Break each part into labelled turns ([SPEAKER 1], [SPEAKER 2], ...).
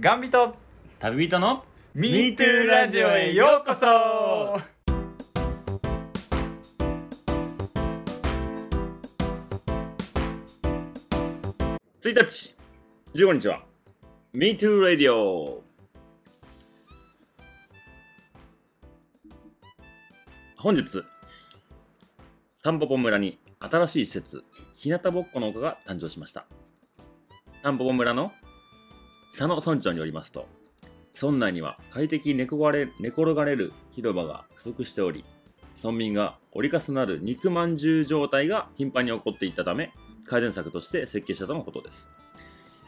[SPEAKER 1] ガンビト
[SPEAKER 2] 旅人の
[SPEAKER 1] MeToo ラジオへようこそ
[SPEAKER 2] 1日15日は MeToo Radio 本日タンポポ村に新しい施設日向ぼっこの丘が誕生しましたタンポポ村の佐野村長によりますと村内には快適に寝転がれ寝転がれる広場が不足しており村民が折り重なる肉まんじゅう状態が頻繁に起こっていったため改善策として設計したとのことです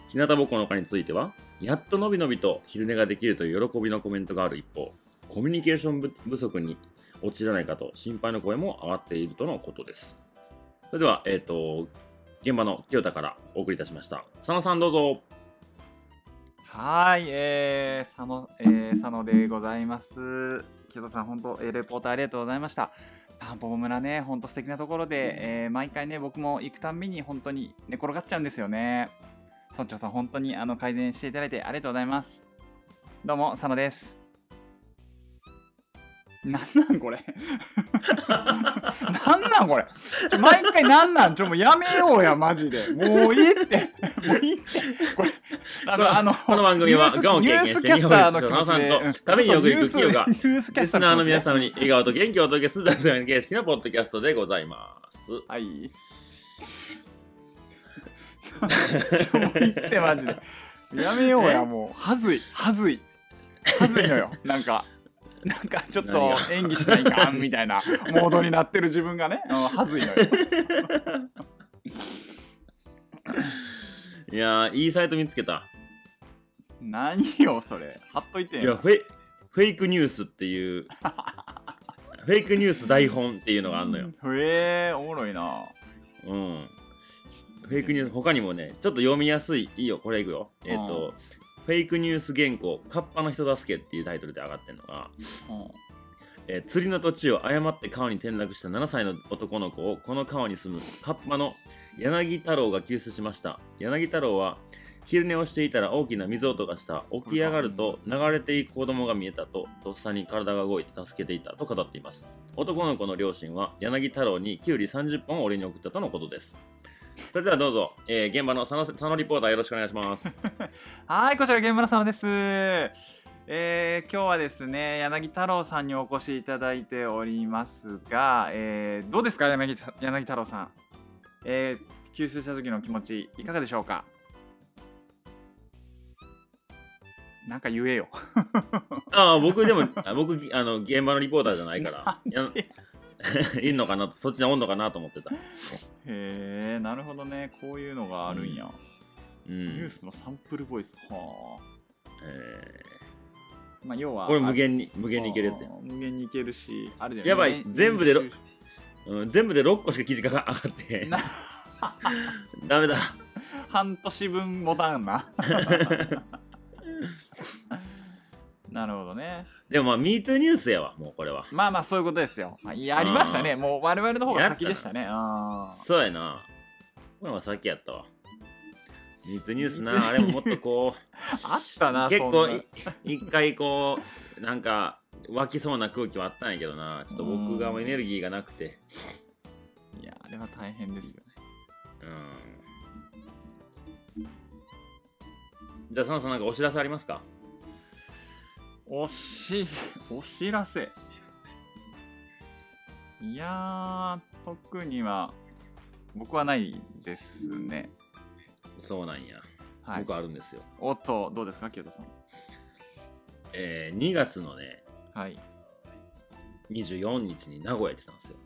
[SPEAKER 2] 日向ぼっこの丘についてはやっとのびのびと昼寝ができるという喜びのコメントがある一方コミュニケーション不不足に陥らないかと心配の声も上がっているとのことですそれではえっ、と現場の清田からお送りいたしました佐野さんどうぞ
[SPEAKER 1] はーい、えー、佐野、えー、佐野でございます。木戸さん、本当、えーレポートありがとうございました。タンポポ村ね、本当素敵なところで、えー毎回ね、僕も行くたんびに本当に寝転がっちゃうんですよね。村長さん、本当にあの改善していただいてありがとうございます。どうも、佐野です。なんなんこれ なんなんこれちょ毎回なんなんちょもうやめようやマジでもういいってもういいってこれあのあの
[SPEAKER 2] この番組は
[SPEAKER 1] ニュース
[SPEAKER 2] がんを経験して日本一周の佐
[SPEAKER 1] ニュ
[SPEAKER 2] 野
[SPEAKER 1] ー
[SPEAKER 2] さ
[SPEAKER 1] ス
[SPEAKER 2] んと
[SPEAKER 1] キャスターの気持ちで
[SPEAKER 2] ためによく
[SPEAKER 1] う
[SPEAKER 2] 行く
[SPEAKER 1] ん
[SPEAKER 2] 清が
[SPEAKER 1] ニュースキャ
[SPEAKER 2] リ
[SPEAKER 1] スター
[SPEAKER 2] スナー
[SPEAKER 1] の気持ち
[SPEAKER 2] の
[SPEAKER 1] で
[SPEAKER 2] 皆様に笑顔と元気をお届けする雑談形式のポッドキャストでございます
[SPEAKER 1] はい。ちょもう言ってマジで。やめようやもう。はずい、はずい。はずいのよ。なんか、なんかちょっ
[SPEAKER 2] 何
[SPEAKER 1] と
[SPEAKER 2] が
[SPEAKER 1] 演技しないかんみたいなモードになってる自分がね、うんはずいのよ。
[SPEAKER 2] いやーいいサイト見つけた
[SPEAKER 1] 何よ、それ。貼っといて
[SPEAKER 2] いや
[SPEAKER 1] よ。
[SPEAKER 2] フェイフェイクニュースっていうフェイクニュース台本っていうのがあんのよ、
[SPEAKER 1] へえ、おもろいな。
[SPEAKER 2] うん、フェイクニュース他にもねちょっと読みやすいいいよこれいくよえっ、と、フェイクニュース原稿「カッパの人助け」っていうタイトルで上がってるのが、
[SPEAKER 1] うん
[SPEAKER 2] えー釣りの途中を誤って川に転落した7歳の男の子をこの川に住むカッパの柳太郎が救出しました柳太郎は昼寝をしていたら大きな水音がした起き上がると流れていく子供が見えたととっさに体が動いて助けていたと語っています男の子の両親は柳太郎にきゅうり30本を俺に送ったとのことですそれではどうぞ、えー現場の佐野佐野リポーターよろしくお願いします
[SPEAKER 1] はい、こちら現場の様です。えー今日はですね、柳太郎さんにお越しいただいておりますが、えーどうですか、柳た柳太郎さん。えー吸収した時の気持ち、いかがでしょうかなんか言えよ。
[SPEAKER 2] ああ僕でもあ僕あの現場のリポーターじゃないからや いいのかなとそっちにおんのかなと思ってた
[SPEAKER 1] へえ、なるほどね。こういうのがあるんや。
[SPEAKER 2] うん
[SPEAKER 1] ニュースのサンプルボイス。は
[SPEAKER 2] え
[SPEAKER 1] あ。まあ、要
[SPEAKER 2] ー
[SPEAKER 1] は。
[SPEAKER 2] これ無
[SPEAKER 1] あ
[SPEAKER 2] 限に無限にいけるやつやん、
[SPEAKER 1] あー無限にいけるし、あれだよね
[SPEAKER 2] やばい全部でろ
[SPEAKER 1] 編集
[SPEAKER 2] うん、全部で6個しか記事が上がって
[SPEAKER 1] な
[SPEAKER 2] ダメだ
[SPEAKER 1] 半年分もたんな なるほどね
[SPEAKER 2] でもまあ MeToo ニュースやわもうこれは
[SPEAKER 1] まあまあそういうことですよまあやりましたねもう我々の方が先でしたねあー
[SPEAKER 2] そうやなこれはさっきやったわ MeToo ニュースなあれももっと こ
[SPEAKER 1] あった
[SPEAKER 2] う
[SPEAKER 1] な
[SPEAKER 2] 結構
[SPEAKER 1] そんない
[SPEAKER 2] 一回こうなんか湧きそうな空気はあったんやけどなちょっと僕が
[SPEAKER 1] うん
[SPEAKER 2] エネルギーがなくて
[SPEAKER 1] いやあれは大変ですよ
[SPEAKER 2] うんじゃあサ野さんなんかお知らせありますか
[SPEAKER 1] おしお知らせいやー特には僕はないですね
[SPEAKER 2] そうなんや、
[SPEAKER 1] はい
[SPEAKER 2] 僕あるんですよ
[SPEAKER 1] おっとどうですか清田さん
[SPEAKER 2] えー、2月のね
[SPEAKER 1] はい
[SPEAKER 2] 24日に名古屋行ってたんですよ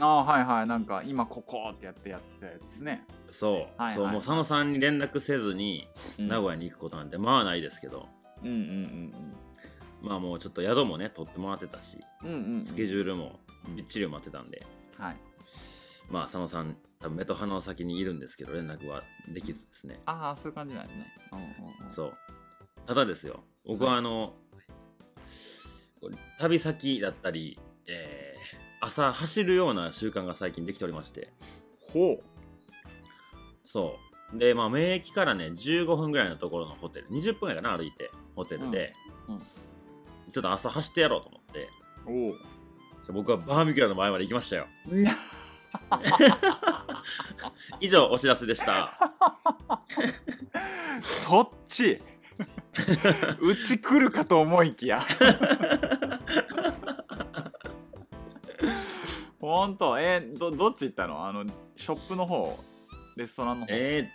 [SPEAKER 1] ああはいはいなんか今ここってやってやったやつですね、
[SPEAKER 2] そう,、
[SPEAKER 1] はいはい
[SPEAKER 2] そうもう佐野さんに連絡せずに
[SPEAKER 1] うん
[SPEAKER 2] 名古屋に行くことなんてまあないですけど、
[SPEAKER 1] うんうんうん
[SPEAKER 2] まあもうちょっと宿もね取ってもらってたし
[SPEAKER 1] うんうんうん
[SPEAKER 2] スケジュールもびっちり埋まってたんで、
[SPEAKER 1] はい
[SPEAKER 2] まあ佐野さん多分目と鼻の先にいるんですけど連絡はできずですね
[SPEAKER 1] ああそういう感じなんですねうんうんうん
[SPEAKER 2] そうただですよ僕はあの、こう旅先だったり、えー朝走るような習慣が最近できておりまして
[SPEAKER 1] ほう
[SPEAKER 2] そうで、まあ、名駅からね、15分ぐらいのところのホテル、20分ぐらいかな、歩いて、ホテルで、
[SPEAKER 1] うんうん
[SPEAKER 2] ちょっと朝走ってやろうと思って、
[SPEAKER 1] おお
[SPEAKER 2] 僕はバーミキュラの前まで行きましたよ。以上、お知らせで した。
[SPEAKER 1] そっ ちうち来るかと思いきやほんとえーどどっち行ったのあのショップの方レストランの方
[SPEAKER 2] えー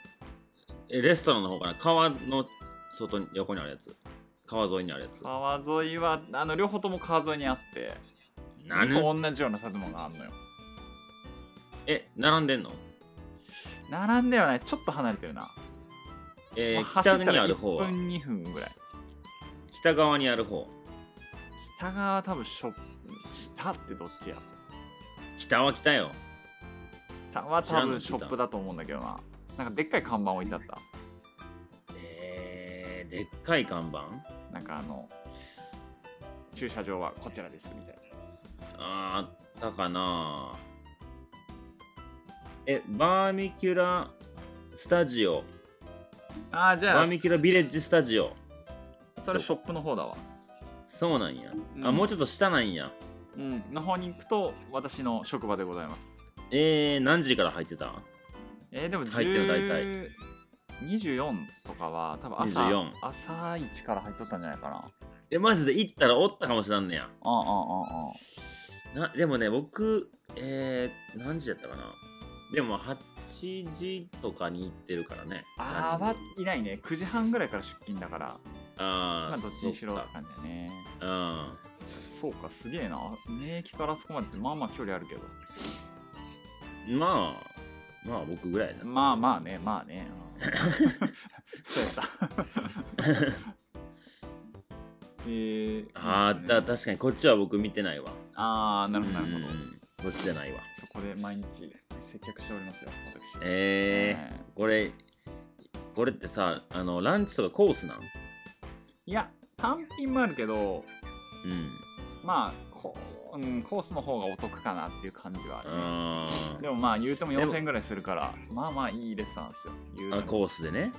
[SPEAKER 2] えレストランの方かな、川の外に横にあるやつ。川沿いにあるやつ。
[SPEAKER 1] 川沿いはあの両方とも川沿いにあって
[SPEAKER 2] 何
[SPEAKER 1] 二個同じような建物があるのよ
[SPEAKER 2] え、並んでんの
[SPEAKER 1] 並んではないちょっと離れてるな、
[SPEAKER 2] え
[SPEAKER 1] まあ
[SPEAKER 2] ー、北にある方
[SPEAKER 1] 1
[SPEAKER 2] は、
[SPEAKER 1] 分2分ぐらい
[SPEAKER 2] 北側にある方。
[SPEAKER 1] 北側は多分ショップ北ってどっちや
[SPEAKER 2] 北は北よ。
[SPEAKER 1] 北は多分
[SPEAKER 2] 知
[SPEAKER 1] ショ
[SPEAKER 2] らんの聞いた
[SPEAKER 1] ップだと思うんだけどななんかでっかい看板置いてあった
[SPEAKER 2] えー、でっかい看板
[SPEAKER 1] なんかあの駐車場はこちらですみたいな
[SPEAKER 2] あーあったかなえ、バーミキュラスタジオ。
[SPEAKER 1] ああーじゃ
[SPEAKER 2] バ
[SPEAKER 1] あ
[SPEAKER 2] ーミキュラビレッジスタジオ。
[SPEAKER 1] それショップの方だわ
[SPEAKER 2] そうなんや。
[SPEAKER 1] う
[SPEAKER 2] あ、
[SPEAKER 1] ん
[SPEAKER 2] もうちょっと下なんや。
[SPEAKER 1] うんの方に行くと私の職場でございます
[SPEAKER 2] えー、何時から入ってた
[SPEAKER 1] えー、でも10
[SPEAKER 2] 入ってる大
[SPEAKER 1] 24とかは多分朝
[SPEAKER 2] 24
[SPEAKER 1] 朝一から入っとったんじゃないかな
[SPEAKER 2] え、マジで行ったらおったかもしらんねや。
[SPEAKER 1] ああああ
[SPEAKER 2] な、でもね、僕、えー、何時やったかなでも8時とかに行ってるからね。
[SPEAKER 1] ああはいないね9時半ぐらいから出勤だからま
[SPEAKER 2] あ
[SPEAKER 1] あ
[SPEAKER 2] ー
[SPEAKER 1] どっちにしろ
[SPEAKER 2] そ
[SPEAKER 1] っ
[SPEAKER 2] って
[SPEAKER 1] 感じだね
[SPEAKER 2] かうん。
[SPEAKER 1] そうかすげえな免疫からあそこまでってまあまあ距離あるけど
[SPEAKER 2] まあ、まあ僕ぐらいな。
[SPEAKER 1] まあまあねまあね、うん そうやった えー、
[SPEAKER 2] あ
[SPEAKER 1] いいで
[SPEAKER 2] ー
[SPEAKER 1] すね
[SPEAKER 2] だ確かにこっちは僕見てないわ。
[SPEAKER 1] あーなるほどなるほど、
[SPEAKER 2] ど。こっちじゃないわ。
[SPEAKER 1] そこで毎日接客しておりますよ私
[SPEAKER 2] えー、
[SPEAKER 1] え
[SPEAKER 2] これ、これってさ、あの、ランチとかコースなん
[SPEAKER 1] いや単品もあるけど
[SPEAKER 2] うん。
[SPEAKER 1] まあこう、うん、コースの方がお得かなっていう感じはあるね、
[SPEAKER 2] あ
[SPEAKER 1] でもまあ言うても
[SPEAKER 2] でも
[SPEAKER 1] 4000円ぐらいするからまあまあいいレストランですよ言うて
[SPEAKER 2] ー
[SPEAKER 1] も
[SPEAKER 2] あ、コースでね。
[SPEAKER 1] うん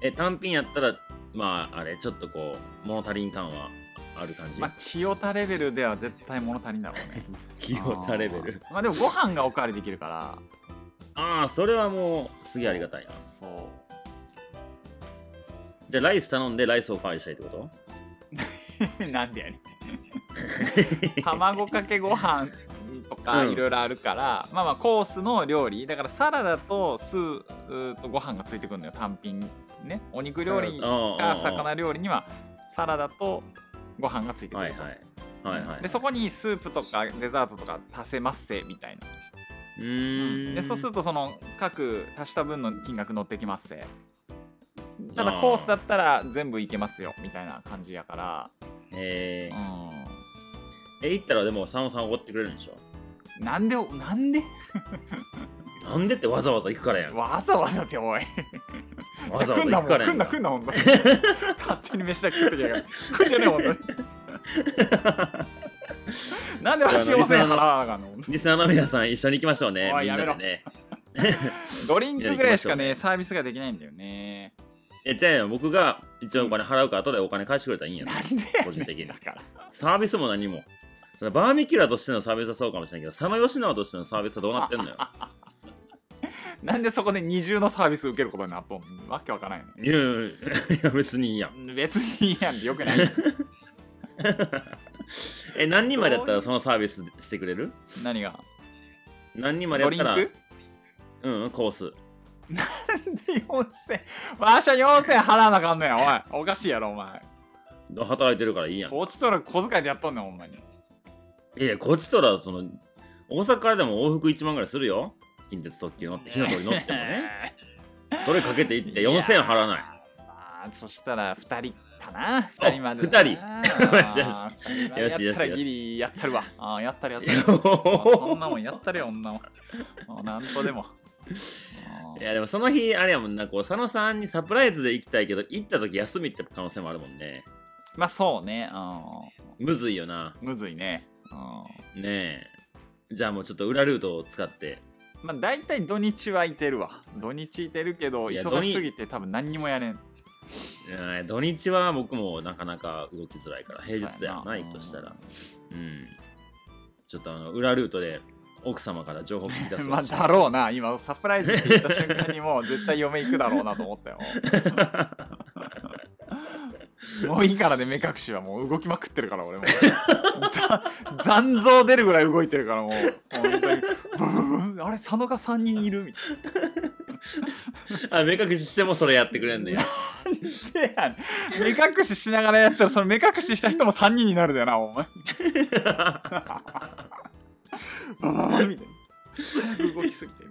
[SPEAKER 2] え、単品やったら、まあ、あれ、ちょっとこう、物足りん感はある感じ。
[SPEAKER 1] まあ清田レベルでは絶対物足りんだろうね
[SPEAKER 2] 清田レベル。
[SPEAKER 1] あーまあでもご飯がおかわりできるから
[SPEAKER 2] ああー、それはもう、すげえありがたいな。
[SPEAKER 1] そ
[SPEAKER 2] じゃあ、ライス頼んで、ライスおかわりしたいってこと
[SPEAKER 1] う なんでやねん 卵かけご飯とか
[SPEAKER 2] うん
[SPEAKER 1] いろいろあるから、まあまあコースの料理だからサラダとスープとご飯がついてくるのよ単品ねお肉料理
[SPEAKER 2] か
[SPEAKER 1] か魚料理にはサラダとご飯がついてく
[SPEAKER 2] は
[SPEAKER 1] る
[SPEAKER 2] い
[SPEAKER 1] と、
[SPEAKER 2] はい。はいはい。
[SPEAKER 1] でそこにスープとかデザートとか足せますせみたいな
[SPEAKER 2] うーん。
[SPEAKER 1] でそうする
[SPEAKER 2] と、
[SPEAKER 1] とその各足した分の金額乗ってきますせた
[SPEAKER 2] あ
[SPEAKER 1] だ
[SPEAKER 2] ー
[SPEAKER 1] コースだったら全部いけますよみたいな感じやから
[SPEAKER 2] えー、
[SPEAKER 1] う
[SPEAKER 2] え、行ったらでも、佐野さんおごってくれるんでしょ
[SPEAKER 1] んなんでなんで
[SPEAKER 2] なんでってわざわざ行くからやん。わ
[SPEAKER 1] わざわざっておい
[SPEAKER 2] ざわ ざ
[SPEAKER 1] 来んな
[SPEAKER 2] 行
[SPEAKER 1] も
[SPEAKER 2] く
[SPEAKER 1] ん
[SPEAKER 2] から
[SPEAKER 1] 来
[SPEAKER 2] やん
[SPEAKER 1] ん
[SPEAKER 2] か。
[SPEAKER 1] な来んなほんとに 勝手に飯だけ食ってきやがって来んじゃねえほんとに なんでわし4000円払わなあかんの
[SPEAKER 2] リスナーの皆さん一緒に行きましょうね。
[SPEAKER 1] おい
[SPEAKER 2] みんな
[SPEAKER 1] や
[SPEAKER 2] で
[SPEAKER 1] め
[SPEAKER 2] ね。
[SPEAKER 1] ドリンクぐらいしか
[SPEAKER 2] い
[SPEAKER 1] ねサービスができないんだよね
[SPEAKER 2] え、じゃあ僕が一応お金払うから後でお金返してくれたらいいんやな。
[SPEAKER 1] なんでやねん
[SPEAKER 2] 個人的に
[SPEAKER 1] だから
[SPEAKER 2] サービスも何も。そのバーミキュラとしてのサービスはそうかもしれないけど、佐野義直としてのサービスはどうなって んのよ。
[SPEAKER 1] なんでそこで二重のサービス受けることになっとんのわけわからんよね
[SPEAKER 2] いやいやいやいや、別にいいやん。
[SPEAKER 1] 別にいいやんでよくない
[SPEAKER 2] え、何人までやったらそのサービスしてくれる
[SPEAKER 1] 何が
[SPEAKER 2] 何人までや
[SPEAKER 1] ド
[SPEAKER 2] っ
[SPEAKER 1] リン
[SPEAKER 2] た
[SPEAKER 1] ク
[SPEAKER 2] ら、うんうん、コース。
[SPEAKER 1] 4000わしは4000払わなあかんの やおいおかしいやろお前
[SPEAKER 2] 働いてるからいいやん。
[SPEAKER 1] こっちとら小遣いでやっとんねんほんまに
[SPEAKER 2] いや、こっちとら、その、大阪からでも往復1万ぐらいするよ。近鉄特急乗って、火の鳥乗っても ね。それかけていって4000円払わない。
[SPEAKER 1] まあそしたら2人かな2人まで
[SPEAKER 2] 二人 よ
[SPEAKER 1] よし
[SPEAKER 2] し
[SPEAKER 1] よ
[SPEAKER 2] よ
[SPEAKER 1] しやっ
[SPEAKER 2] した
[SPEAKER 1] ら
[SPEAKER 2] よ
[SPEAKER 1] ギ
[SPEAKER 2] し
[SPEAKER 1] リやったるわあーやったるやっ
[SPEAKER 2] い
[SPEAKER 1] た
[SPEAKER 2] や
[SPEAKER 1] るあそんなもんやったるよ女もあなんとでもあ
[SPEAKER 2] い
[SPEAKER 1] ー
[SPEAKER 2] やでもその日あれやもんなこう佐野さんにサプライズで行きたいけど行った時休みって可能性もあるもんね
[SPEAKER 1] まあそうねうん
[SPEAKER 2] むずいよな
[SPEAKER 1] むずいねうん
[SPEAKER 2] ねえじゃあもうちょっと裏ルートを使って
[SPEAKER 1] まあ大体土日はいてるわ土日いてるけど
[SPEAKER 2] いや
[SPEAKER 1] 忙しすぎて多分何にもやれん
[SPEAKER 2] えー土日は僕もなかなか動きづらいから平日やないとしたらうんちょっとあの裏ルートで奥様から情報を聞き
[SPEAKER 1] そう
[SPEAKER 2] 出
[SPEAKER 1] や
[SPEAKER 2] す
[SPEAKER 1] な まあだろうな今サプライズって言った瞬間にもう絶対嫁行くだろうなと思った よもういいからね目隠しはもう動きまくってるから俺もざ残像出るぐらい動いてるからもうもう本当にブブブブあれ佐野が3人いるみたいな
[SPEAKER 2] あ目隠ししてもそれやってくれんねや
[SPEAKER 1] でやねん目隠ししながらやったらその目隠しした人も3人になるだよな お前バババみたいな早く動きすぎて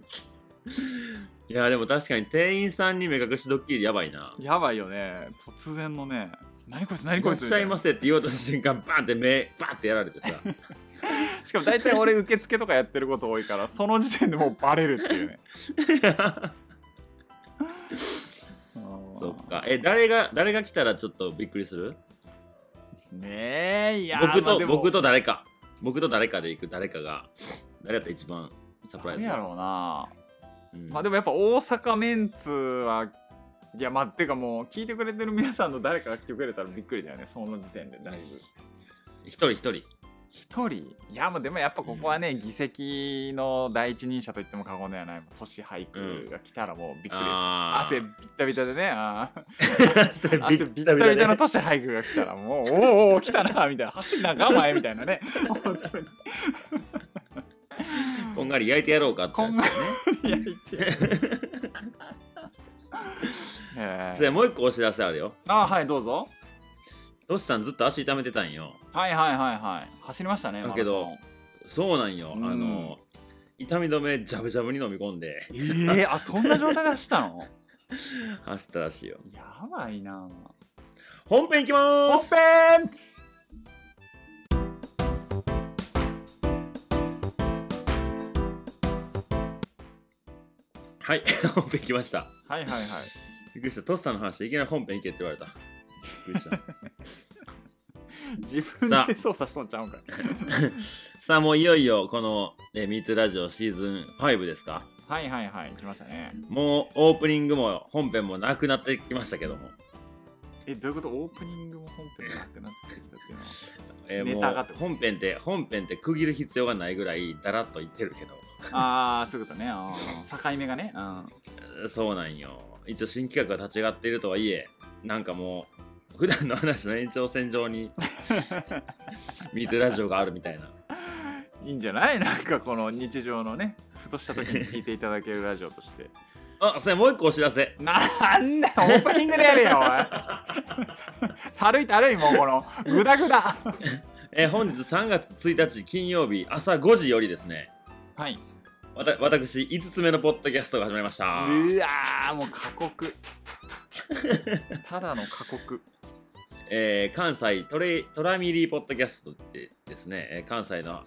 [SPEAKER 2] いやでも確かに店員さんに目隠しドッキリやばいな
[SPEAKER 1] やばいよね突然のね何こいつ
[SPEAKER 2] 「い
[SPEAKER 1] 何こ
[SPEAKER 2] らっ
[SPEAKER 1] いつ
[SPEAKER 2] しゃいませ」って言おうとした瞬間バンって目バンってやら れてさ
[SPEAKER 1] しかも大体俺受付とかやってること多いからその時点でもうバレるっていう ね
[SPEAKER 2] そっかえ誰が誰が来たらちょっとびっくりする
[SPEAKER 1] ねえいやー
[SPEAKER 2] 僕
[SPEAKER 1] まあ
[SPEAKER 2] と
[SPEAKER 1] でも
[SPEAKER 2] 僕と誰か僕と誰かで行く誰かが誰やったら一番サプライズ
[SPEAKER 1] 何やろうな
[SPEAKER 2] うん
[SPEAKER 1] まあでもやっぱ大阪メンツはいやまあっていうかもう聞いてくれてる皆さんの誰かが来てくれたらびっくりだよねその時点でだいぶ
[SPEAKER 2] 一人一人
[SPEAKER 1] 一人いやもうでもやっぱここはね、議席の第一人者と言っても過言ではない星俳句が来たらもうびっくりです、
[SPEAKER 2] あ
[SPEAKER 1] 汗ビッタビタでねあー
[SPEAKER 2] 汗び
[SPEAKER 1] 汗ビッタビタの都市俳句が来たらもうおーおー来たなみたいな走ってきたんかお前みたいなね本当に
[SPEAKER 2] こんがり焼いてやろうかって
[SPEAKER 1] こ
[SPEAKER 2] やつ
[SPEAKER 1] んがやりてえへー
[SPEAKER 2] それもう一個お知らせあるよ
[SPEAKER 1] あーはいどうぞ
[SPEAKER 2] トシさんずっと足痛めてたんよ
[SPEAKER 1] はいはいはいはい走りましたね
[SPEAKER 2] だけど
[SPEAKER 1] マラソン
[SPEAKER 2] そうなんよ、
[SPEAKER 1] うん
[SPEAKER 2] あの痛み止めジャブジャブに飲み込んで
[SPEAKER 1] ええあそんな状態で走ったの
[SPEAKER 2] 走ったらしいよ
[SPEAKER 1] やばいな
[SPEAKER 2] 本編いきま
[SPEAKER 1] 本
[SPEAKER 2] ーす
[SPEAKER 1] 編
[SPEAKER 2] はい 本編いきました
[SPEAKER 1] はいはいはい
[SPEAKER 2] びっくりしたトシさんの話でいきなり本編いけって言われたびっくりした
[SPEAKER 1] 自分
[SPEAKER 2] さ
[SPEAKER 1] で操作しとんちゃうんかい
[SPEAKER 2] さあもういよいよこの「えー MeToo ラジオ」シーズン5ですか
[SPEAKER 1] はいはいはい来ましたね
[SPEAKER 2] もうオープニングも本編もなくなってきましたけども、
[SPEAKER 1] えどういうことオープニングも本編もなくなってきたっていうのは
[SPEAKER 2] えー
[SPEAKER 1] ネ
[SPEAKER 2] も
[SPEAKER 1] タがって
[SPEAKER 2] う
[SPEAKER 1] こと
[SPEAKER 2] 本編って本編って区切る必要がないぐらいだらっと言ってるけど
[SPEAKER 1] ああそういうことねあー境目がねうん
[SPEAKER 2] そうなんよ。一応新企画が立ち上がっているとはいえ、なんかもう、普段の話の延長線上に、ミートラジオがあるみたいな。
[SPEAKER 1] いいんじゃないなんかこの日常のねふとした時に聞いていただけるラジオとして
[SPEAKER 2] あ、それもう一個お知らせ。
[SPEAKER 1] なんだオープニングでやれよおいたるいたるいもうこのグダグダ
[SPEAKER 2] えー本日3月1日金曜日朝5時よりですね、
[SPEAKER 1] はい
[SPEAKER 2] わた私、5つ目のポッドキャストが始まりました。
[SPEAKER 1] うわーもう過酷ただの過酷
[SPEAKER 2] えー関西トレイトラミリーポッドキャストってですね、えー関西の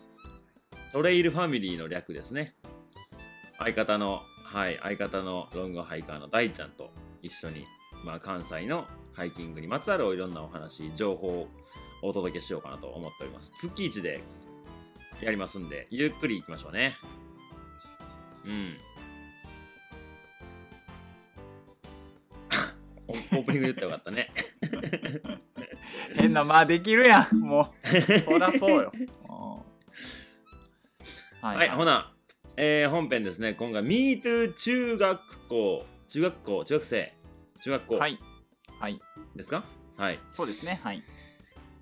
[SPEAKER 2] トレイルファミリーの略ですね。相方の、はい、相方のロングハイカーの大ちゃんと一緒に、まあ、関西のハイキングにまつわるいろんなお話、情報をお届けしようかなと思っております。月1でやりますんで、ゆっくり行きましょうね。うん。 オープニング言ってよかったね。
[SPEAKER 1] 変なまあできるやんも うそりゃそうようんは
[SPEAKER 2] はい、ほな、えー本編ですね。今回、MeToo 中学校、中学校、中学生、中学校
[SPEAKER 1] はいはい
[SPEAKER 2] ですかはい。
[SPEAKER 1] そうですねはい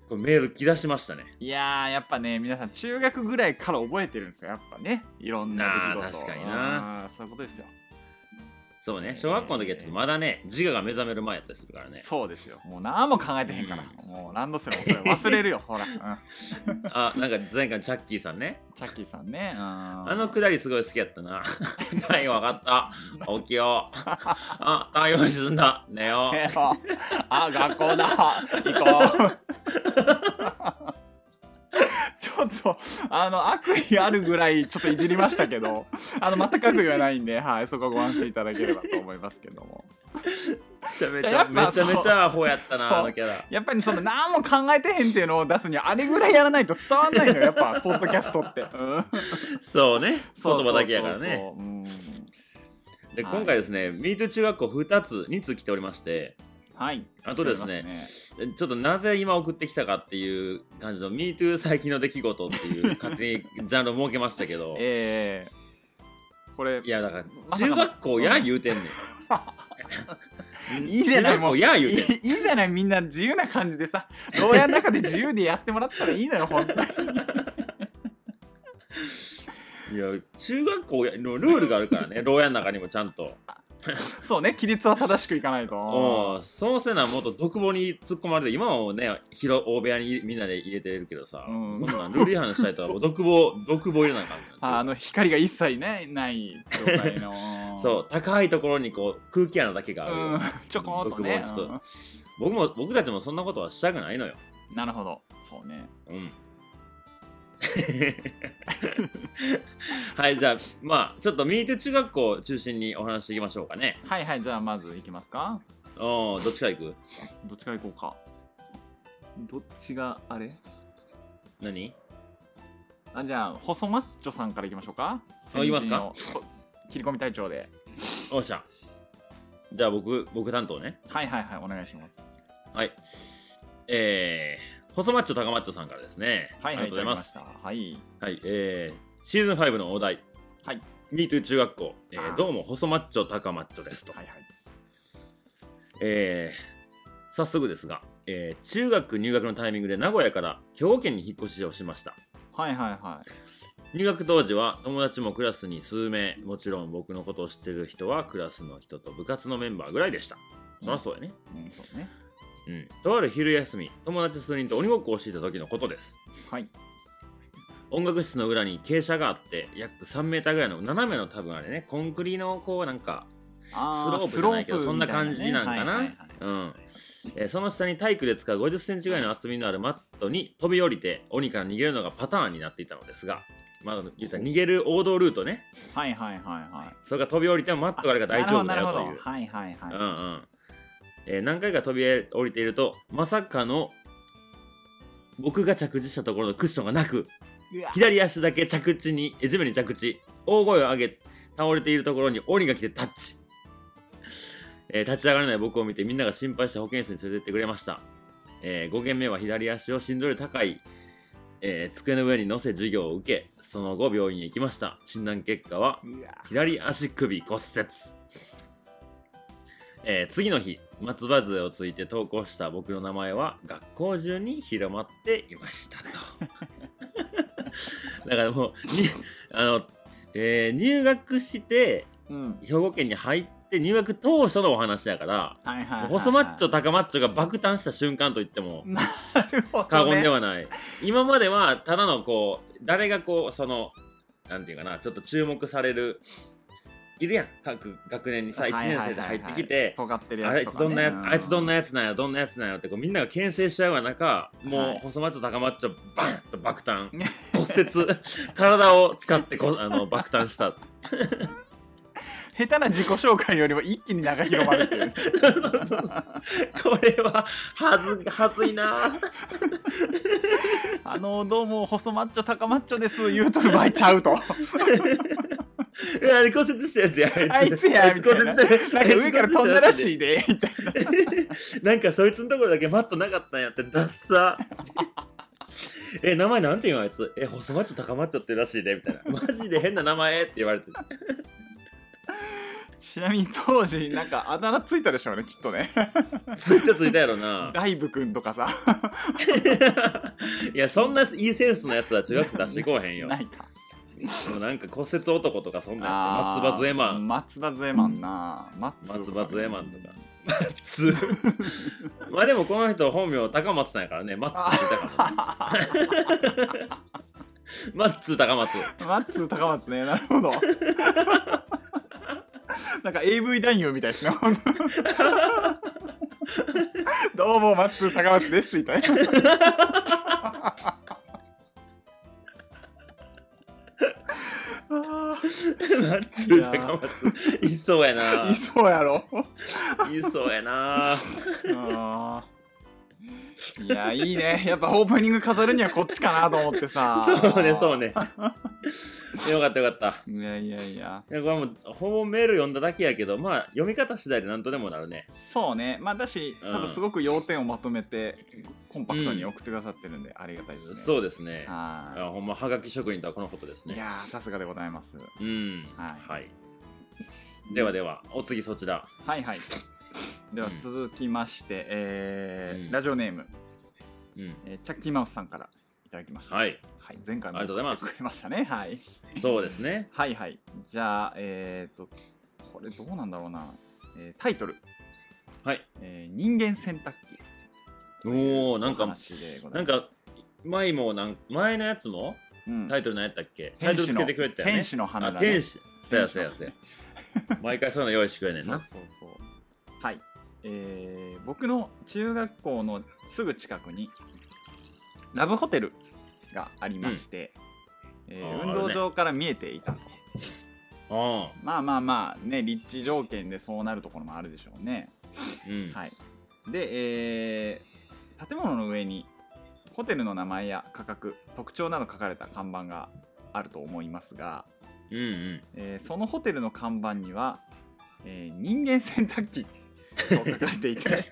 [SPEAKER 2] これメール来だしましたね。
[SPEAKER 1] いやーやっぱね皆さん中学ぐらいから覚えてるんですよやっぱねいろんな出来事
[SPEAKER 2] なあ確かにな
[SPEAKER 1] うんそういうことですよ、
[SPEAKER 2] そうね、小学校の時はちょっとまだね、自我が目覚める前やったりするからね。
[SPEAKER 1] そうですよもう何も考えてへんから、もうランドセルもそれ忘れるよほら、うん、
[SPEAKER 2] あ、なんか前回のチャッキーさんね。
[SPEAKER 1] チャッキーさんね、うん、
[SPEAKER 2] あ
[SPEAKER 1] あ
[SPEAKER 2] のくだりすごい好きやった な。太陽上がった。起き よう。あ、太陽沈んだ。寝よう。
[SPEAKER 1] あ学校だ行こう ちょっとあの悪意あるぐらいちょっといじりましたけどあの全く悪意はないんで、はい、そこはご安心いただければと思いますけども
[SPEAKER 2] ちゃめ
[SPEAKER 1] い
[SPEAKER 2] ち
[SPEAKER 1] やや
[SPEAKER 2] ゃ
[SPEAKER 1] っぱ
[SPEAKER 2] めちゃめちゃアホやった
[SPEAKER 1] そう
[SPEAKER 2] なあのキャラ
[SPEAKER 1] やっぱりその何も考えてへんっていうのを出すにはあれぐらいやらないと伝わんないのよやっぱポッドキャストって、うん、
[SPEAKER 2] そうね言葉だけやからね
[SPEAKER 1] そうそうそううん
[SPEAKER 2] で
[SPEAKER 1] はい
[SPEAKER 2] 今回ですねミート中学校2つ2つ来ておりまして
[SPEAKER 1] はい
[SPEAKER 2] あとですねちょっとなぜ今送ってきたかっていう感じの「MeToo 最近の出来事」っていう 勝手にジャンルを設けましたけど
[SPEAKER 1] ええこれ
[SPEAKER 2] いやだから
[SPEAKER 1] まさか
[SPEAKER 2] 中
[SPEAKER 1] の
[SPEAKER 2] 学校や言うてんね ん
[SPEAKER 1] いいじゃない
[SPEAKER 2] 中学校や
[SPEAKER 1] い
[SPEAKER 2] 言う
[SPEAKER 1] い
[SPEAKER 2] てんねん
[SPEAKER 1] いいじゃないみんな自由な感じでさ牢屋の中で自由でやってもらったらいいのよ本当に
[SPEAKER 2] いや中学校やのルールがあるからね牢屋の中にもちゃんと
[SPEAKER 1] そうね規律は正しくいかないと
[SPEAKER 2] うんそうせなもっと独房に突っ込まれて今はもうね広大部屋にみんなで入れてるけどさ、
[SPEAKER 1] う
[SPEAKER 2] こ
[SPEAKER 1] ん
[SPEAKER 2] んなんルール違反したりとかもう独房独房入れなあかんか ら
[SPEAKER 1] ああの光が一切ねない状態の
[SPEAKER 2] そう高いところにこう空気穴だけがあるよ、
[SPEAKER 1] うん、ちょこっとね
[SPEAKER 2] 僕もちょっ僕も僕たちもそんなことはしたくないのよ
[SPEAKER 1] うんなるほどそうね
[SPEAKER 2] うん はいじゃあまあちょっとミート中学校を中心にお話していきましょうかね
[SPEAKER 1] はいはいじゃあまずいきますか
[SPEAKER 2] おーどっちから行く
[SPEAKER 1] どっちから行こうかどっちがあれ
[SPEAKER 2] 何
[SPEAKER 1] あじゃあ細マッチョさんからいきましょうか
[SPEAKER 2] あいきますか
[SPEAKER 1] 先人のこ切り込み隊長で
[SPEAKER 2] おっしゃじゃあ僕僕担当ね
[SPEAKER 1] はいはいはいお願いします
[SPEAKER 2] はい。えー、細マッチョ、高マッチョさんからですね。
[SPEAKER 1] はい
[SPEAKER 2] ありがとうございます。
[SPEAKER 1] ただきましたはい
[SPEAKER 2] はい、えー、シーズン5のお題。
[SPEAKER 1] はい。
[SPEAKER 2] MeToo 中学校、え
[SPEAKER 1] あー
[SPEAKER 2] ー、どうも細マッチョ、高マッチョですと。
[SPEAKER 1] はいはい
[SPEAKER 2] えー、早速ですが、えー、中学入学のタイミングで名古屋から兵庫県に引っ越しをしました。
[SPEAKER 1] はいはいは
[SPEAKER 2] 入学当時は友達もクラスに数名、もちろん僕のことを知ってる人はクラスの人と部活のメンバーぐらいでした。そりゃそうやね。
[SPEAKER 1] い。うん、そうね。
[SPEAKER 2] うん。とある昼休み、友達数人と鬼ごっこをしていた時のことです。
[SPEAKER 1] はい。
[SPEAKER 2] 音楽室の裏に傾斜があって約3メーターぐらいの斜めの多分あれねコンクリのこうなんかスロープじゃないけどそんな感じなんかな、うんえーその下に体育で使う5 0センチぐらいの厚みのあるマットに飛び降りて鬼から逃げるのがパターンになっていたのですがまあ言ったら逃げる王道ルートね
[SPEAKER 1] はいはいはいはい。
[SPEAKER 2] それから飛び降りてもマットがあれば大丈夫だよと
[SPEAKER 1] なるほどな
[SPEAKER 2] いう
[SPEAKER 1] るほどはいはいはい。
[SPEAKER 2] うんうんえー何回か飛び降りているとまさかの僕が着地したところのクッションがなく
[SPEAKER 1] うわ
[SPEAKER 2] 左足だけ着地にえ地面に着地大声を上げ倒れているところに鬼が来てタッチ、えー立ち上がれない僕を見てみんなが心配して保健室に連れてってくれました、え5軒目は左足を心臓より高い、えー机の上に乗せ授業を受けその後病院へ行きました診断結果は
[SPEAKER 1] うわ
[SPEAKER 2] 左足首骨折、えー次の日松葉杖をついて投稿した僕の名前は学校中に広まっていましたと だからもうにあの、えー入学して
[SPEAKER 1] うん。
[SPEAKER 2] 兵庫県に入って入学当初のお話やから
[SPEAKER 1] はいはいはい、はい。
[SPEAKER 2] 細マッチョ高マッチョが爆誕した瞬間といっても
[SPEAKER 1] なるほど、ね。
[SPEAKER 2] 過言ではない、今まではただのこう誰がこうそのなんていうかなちょっと注目されるいるやん各学年にさ
[SPEAKER 1] は
[SPEAKER 2] 1
[SPEAKER 1] いはいはいはい
[SPEAKER 2] 年生で入ってきて、
[SPEAKER 1] 尖ってるや
[SPEAKER 2] あ
[SPEAKER 1] つ
[SPEAKER 2] い
[SPEAKER 1] と
[SPEAKER 2] つ
[SPEAKER 1] か、ね。
[SPEAKER 2] どんなやつ、あいつどんな
[SPEAKER 1] や
[SPEAKER 2] やつなんやどんなやつなんやってこうみんなが牽制し合う中もう、
[SPEAKER 1] はい
[SPEAKER 2] 細マッチョ高マッチョバンと 爆誕骨折体を使ってこあの爆誕した
[SPEAKER 1] つ。下手な自己紹介よりも一気に長広まるっていう。
[SPEAKER 2] これははずはずい な
[SPEAKER 1] あのどうも細マッチョ高マッチョです言うとる場合ちゃ うと。
[SPEAKER 2] いや骨折したやつや
[SPEAKER 1] あいつや
[SPEAKER 2] あい
[SPEAKER 1] み
[SPEAKER 2] つ
[SPEAKER 1] たい
[SPEAKER 2] 骨
[SPEAKER 1] な。
[SPEAKER 2] 折
[SPEAKER 1] な
[SPEAKER 2] し
[SPEAKER 1] ん
[SPEAKER 2] た
[SPEAKER 1] か
[SPEAKER 2] やつ
[SPEAKER 1] 上から飛んだら しいで。
[SPEAKER 2] なんかそいつのところだけマットなかったんやってダッサ え名前なんて言うのあいつえ細マッチョ高マッチョってらしいでみたい なマジで変な名前って言われて
[SPEAKER 1] ちなみに当時なんかあだ名ついたでしょう ねきっとね。
[SPEAKER 2] ついたついたやろな
[SPEAKER 1] 大部くんとかさ。
[SPEAKER 2] いやそんないいセンスのやつは中学生出してこうへんよ
[SPEAKER 1] ないか。
[SPEAKER 2] もうなんか骨折男とかそんなん
[SPEAKER 1] あ
[SPEAKER 2] 松
[SPEAKER 1] ー
[SPEAKER 2] 葉杖マン
[SPEAKER 1] 松葉杖マンな。松
[SPEAKER 2] 松葉杖マンとか。つ まあでもこの人本名高松さんやからねマッツーって言ったから マッツー高松
[SPEAKER 1] 松高松ね。なる ほど。なんか AV 男優みたいですね。 ほんとどうも松高松ですみた いな。あー
[SPEAKER 2] マッツー高松いそうやない
[SPEAKER 1] そうやろ
[SPEAKER 2] いそうや な
[SPEAKER 1] あーいやいいねやっぱオープニング飾るにはこっちかなと思ってさ
[SPEAKER 2] そうねそうねよかったよかった
[SPEAKER 1] いやいやいや
[SPEAKER 2] いやこれはもうほぼメール読んだだけやけどまあ読み方次第でなんとでもなるね
[SPEAKER 1] そうねまあだし
[SPEAKER 2] うん
[SPEAKER 1] 多分すごく要点をまとめてコンパクトに送ってくださってるんで、ありがたいですね
[SPEAKER 2] そうですね
[SPEAKER 1] は
[SPEAKER 2] あほんまはがき職人とはこのことです
[SPEAKER 1] いい
[SPEAKER 2] ね
[SPEAKER 1] やーさすがでございます
[SPEAKER 2] うん
[SPEAKER 1] は
[SPEAKER 2] はいではではお次そちら
[SPEAKER 1] はいはいでは
[SPEAKER 2] うん
[SPEAKER 1] 続きまして、えー
[SPEAKER 2] うん
[SPEAKER 1] ラジオネーム、
[SPEAKER 2] うん
[SPEAKER 1] えーチャッキーマウスさんからいただきました、
[SPEAKER 2] はいい
[SPEAKER 1] 前回も
[SPEAKER 2] ありがとうございます
[SPEAKER 1] くれましたね、はい、
[SPEAKER 2] そうですね
[SPEAKER 1] はいはいじゃあえっ、とこれどうなんだろうな、えータイトル、
[SPEAKER 2] はい
[SPEAKER 1] えー人間洗濯機」
[SPEAKER 2] おおなん
[SPEAKER 1] お
[SPEAKER 2] か
[SPEAKER 1] 話でござ
[SPEAKER 2] ないん
[SPEAKER 1] ます
[SPEAKER 2] か前もなん前のやつも
[SPEAKER 1] うん
[SPEAKER 2] タイトル何やったっけタ
[SPEAKER 1] 天
[SPEAKER 2] イトル
[SPEAKER 1] 使
[SPEAKER 2] つ
[SPEAKER 1] の
[SPEAKER 2] けてくれてたよね
[SPEAKER 1] 天使の花
[SPEAKER 2] あ
[SPEAKER 1] だね
[SPEAKER 2] 天使そやそやそや毎回そういうの用意してくれねんな
[SPEAKER 1] そうそうそうはいえー僕の中学校のすぐ近くにラブホテルがありまして、えー
[SPEAKER 2] あー
[SPEAKER 1] 運動場から見えていたと、
[SPEAKER 2] あ
[SPEAKER 1] まあまあまあね立地条件でそうなるところもあるでしょうね、
[SPEAKER 2] あうん
[SPEAKER 1] はいで、えー建物の上にホテルの名前や価格特徴など書かれた看板があると思いますが、
[SPEAKER 2] うんうん
[SPEAKER 1] えーそのホテルの看板には、えー人間洗濯機と書かれてい て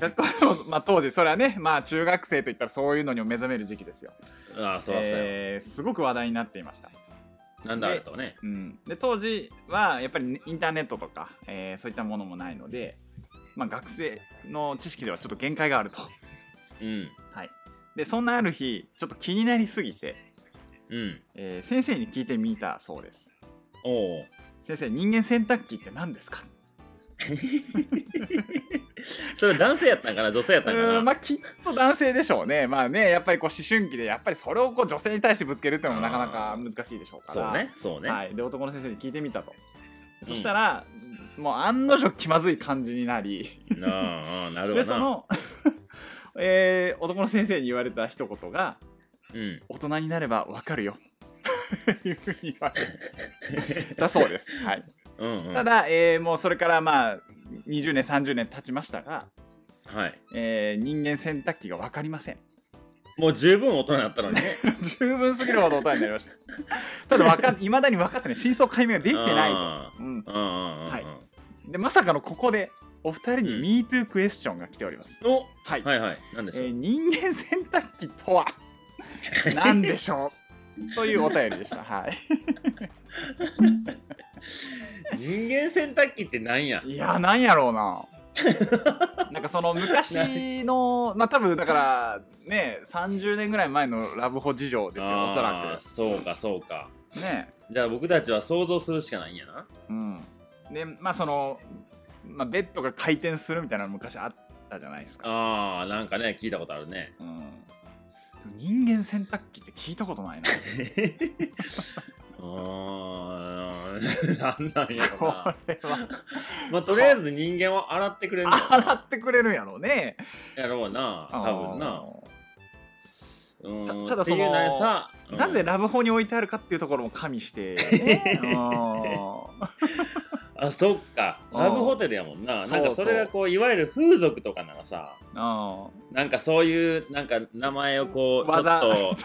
[SPEAKER 1] 学校の、まあ、当時それはね、まあ、中学生といったらそういうのにも目覚める時期ですよ、
[SPEAKER 2] ああそうだそうや
[SPEAKER 1] えーすごく話題になっていました、
[SPEAKER 2] なんだあれとね
[SPEAKER 1] うん、で当時はやっぱりねインターネットとか、えーそういったものもないので、まあ、学生の知識ではちょっと限界があると、
[SPEAKER 2] うん
[SPEAKER 1] はい、でそんなある日ちょっと気になりすぎて、
[SPEAKER 2] うん
[SPEAKER 1] えー先生に聞いてみたそうです
[SPEAKER 2] おお
[SPEAKER 1] 先生人間洗濯機って何ですか
[SPEAKER 2] それ男性やったんかな女性やったんか
[SPEAKER 1] う
[SPEAKER 2] なん
[SPEAKER 1] まあきっと男性でしょうねまあねやっぱりこう思春期でやっぱりそれをこう女性に対してぶつけるっていうのもなかなか難しいでしょうか
[SPEAKER 2] そ
[SPEAKER 1] ら
[SPEAKER 2] うねそうね、
[SPEAKER 1] はい、で男の先生に聞いてみたとそしたら、もう案の定気まずい感じになり
[SPEAKER 2] なあああなるわ
[SPEAKER 1] で
[SPEAKER 2] な
[SPEAKER 1] その、 えー男の先生に言われた一言が
[SPEAKER 2] うん
[SPEAKER 1] 「大人になればわかるよ」 というふうに言われただそうです、はい、
[SPEAKER 2] うんうん
[SPEAKER 1] ただ、えーもうそれからまあ20年30年経ちましたが、
[SPEAKER 2] はい
[SPEAKER 1] えー人間洗濯機が分かりません
[SPEAKER 2] もう十分大人になったのに ね
[SPEAKER 1] 十分すぎるほど答えになりましたただわかいまだに分かってない真相解明ができてないと、
[SPEAKER 2] あ
[SPEAKER 1] うん、
[SPEAKER 2] あうんうんうんうん
[SPEAKER 1] はいでまさかのここでお二人に MeToo クエスチョンが来ております、
[SPEAKER 2] お
[SPEAKER 1] はい、
[SPEAKER 2] はいはいなんで
[SPEAKER 1] え
[SPEAKER 2] しょう、
[SPEAKER 1] ー人間洗濯機と は何でしょうというお便りでしたはい
[SPEAKER 2] 人間洗濯機ってなんや
[SPEAKER 1] いやなんやろうななんかその昔のまあ多分だからね30年ぐらい前のラブホ事情ですよおそら
[SPEAKER 2] あーそうかそうか
[SPEAKER 1] くね
[SPEAKER 2] じゃあ僕たちは想像するしかないんやな
[SPEAKER 1] うん、でまあその、まあ、ベッドが回転するみたいなの昔あったじゃないですか、
[SPEAKER 2] あーなんかね聞いたことあるね
[SPEAKER 1] うん、人間洗濯機って聞いたこと ないな
[SPEAKER 2] うーん なんなんや ろ
[SPEAKER 1] こ
[SPEAKER 2] な、
[SPEAKER 1] れは
[SPEAKER 2] まあ、とりあえず人間は洗ってくれるん
[SPEAKER 1] 洗ってくれるんやろうね
[SPEAKER 2] やろうな多分なうーん
[SPEAKER 1] たただ
[SPEAKER 2] っていう
[SPEAKER 1] その
[SPEAKER 2] のは
[SPEAKER 1] あ
[SPEAKER 2] さ、う
[SPEAKER 1] ー
[SPEAKER 2] ん
[SPEAKER 1] なぜラブホに置いてあるかっていうところも加味して、ね、うん
[SPEAKER 2] あそっか
[SPEAKER 1] うん
[SPEAKER 2] ラブホテルやもんな
[SPEAKER 1] そ
[SPEAKER 2] な
[SPEAKER 1] うん
[SPEAKER 2] かそれがこういわゆる風俗とかならさ
[SPEAKER 1] うん
[SPEAKER 2] なんかそういうなんか名前をこうちょっ
[SPEAKER 1] 技
[SPEAKER 2] と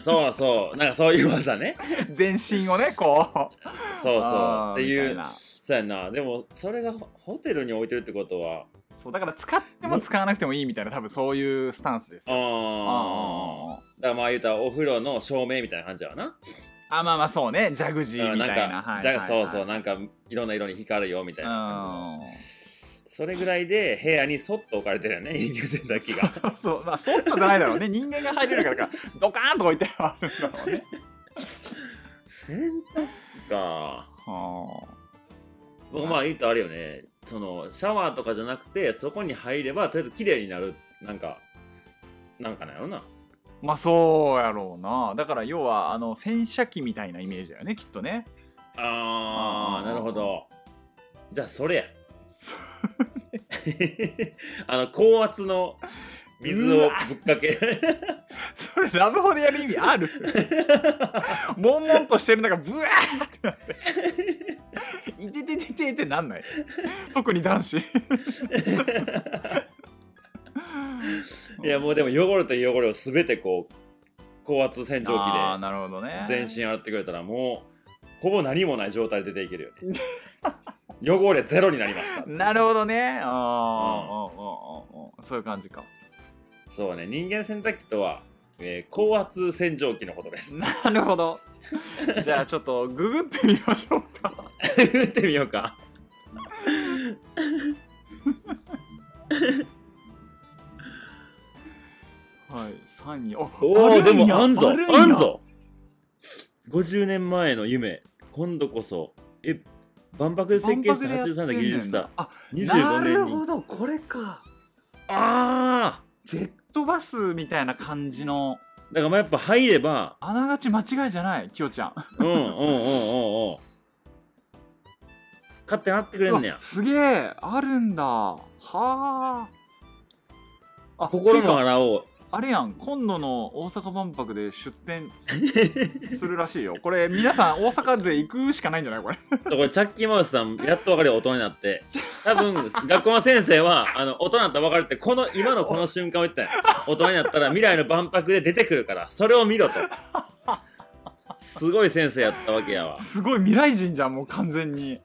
[SPEAKER 2] そうそうなんかそういう技ね
[SPEAKER 1] 全身をねこう
[SPEAKER 2] そうそう
[SPEAKER 1] あー
[SPEAKER 2] って
[SPEAKER 1] み
[SPEAKER 2] い
[SPEAKER 1] たいうな
[SPEAKER 2] そうやなでもそれがホホテルに置いてるってことは
[SPEAKER 1] そうだから使っても使わなくてもいいみたいな多分そういうスタンスです
[SPEAKER 2] あ
[SPEAKER 1] よ
[SPEAKER 2] あ
[SPEAKER 1] うん
[SPEAKER 2] だからまあ言うたらお風呂の照明みたいな感じやわな
[SPEAKER 1] あまあまあそうねジャグジー
[SPEAKER 2] うん
[SPEAKER 1] み
[SPEAKER 2] なん
[SPEAKER 1] たいな
[SPEAKER 2] か
[SPEAKER 1] はい
[SPEAKER 2] じゃ
[SPEAKER 1] は
[SPEAKER 2] あ
[SPEAKER 1] いはい
[SPEAKER 2] そうそうなんかいろんな色に光るよみたいな感
[SPEAKER 1] うん
[SPEAKER 2] じのそれぐらいで部屋にそっと置かれてるよ ね人間洗濯機 が
[SPEAKER 1] そうそうまあそっとじゃないだろうね人間が入れるからかドカーンと置いてあるんだろうね
[SPEAKER 2] 洗濯機か
[SPEAKER 1] は
[SPEAKER 2] 僕まあ言うとあれよねそのシャワーとかじゃなくてそこに入ればとりあえず綺麗になるなんかなんかなんやろな
[SPEAKER 1] あまあそうやろうなだから要はあの洗車機みたいなイメージだよねきっとね
[SPEAKER 2] あ
[SPEAKER 1] あー
[SPEAKER 2] ーなるほどじゃあそれや あの高圧の水をぶっかけ
[SPEAKER 1] そそれラブホでやる意味あ る悶々としてる中ブワーってなって「いてててて」ってなんない特に男子
[SPEAKER 2] いやもうでも汚れと汚れを全てこう高圧洗浄
[SPEAKER 1] あー
[SPEAKER 2] 機
[SPEAKER 1] なるほどね
[SPEAKER 2] で全身洗ってくれたらもうほぼ何もない状態で出ていける よね汚れゼロになりました
[SPEAKER 1] なるほどねあー、うんうんうんうんそういう感じか
[SPEAKER 2] そうね人間洗濯機とは、えー高圧洗浄機のことで す
[SPEAKER 1] なるほどじゃあちょっとググってみましょうか
[SPEAKER 2] 打ってみようか
[SPEAKER 1] はい3位お
[SPEAKER 2] おおでもあんぞ
[SPEAKER 1] るんや
[SPEAKER 2] あんぞ50年前の夢今度こそえ万博で設計した83の技術さ
[SPEAKER 1] あ
[SPEAKER 2] 25
[SPEAKER 1] なる
[SPEAKER 2] 年
[SPEAKER 1] ほ
[SPEAKER 2] に
[SPEAKER 1] どこれか
[SPEAKER 2] ああ
[SPEAKER 1] ジェットバスみたいな感じの
[SPEAKER 2] だからまあやっぱ入れば
[SPEAKER 1] あながち間違いじゃないきよちゃん
[SPEAKER 2] うんうんうんうんうん勝手になってくれんね
[SPEAKER 1] うわ
[SPEAKER 2] や
[SPEAKER 1] すげえあるんだはああ
[SPEAKER 2] 心
[SPEAKER 1] てか
[SPEAKER 2] の穴を
[SPEAKER 1] あれやん今度の大阪万博で出展するらしいよこれ皆さん大阪勢行くしかないんじゃないこれ
[SPEAKER 2] これチャッキーマウスさんやっと分かるよ大人になって多分学校の先生はあの大人になったら分かるってこの今のこの瞬間を言ったんや大人になったら未来の万博で出てくるからそれを見ろとすごい先生やったわけやわ
[SPEAKER 1] すごい未来人じゃんもう完全 に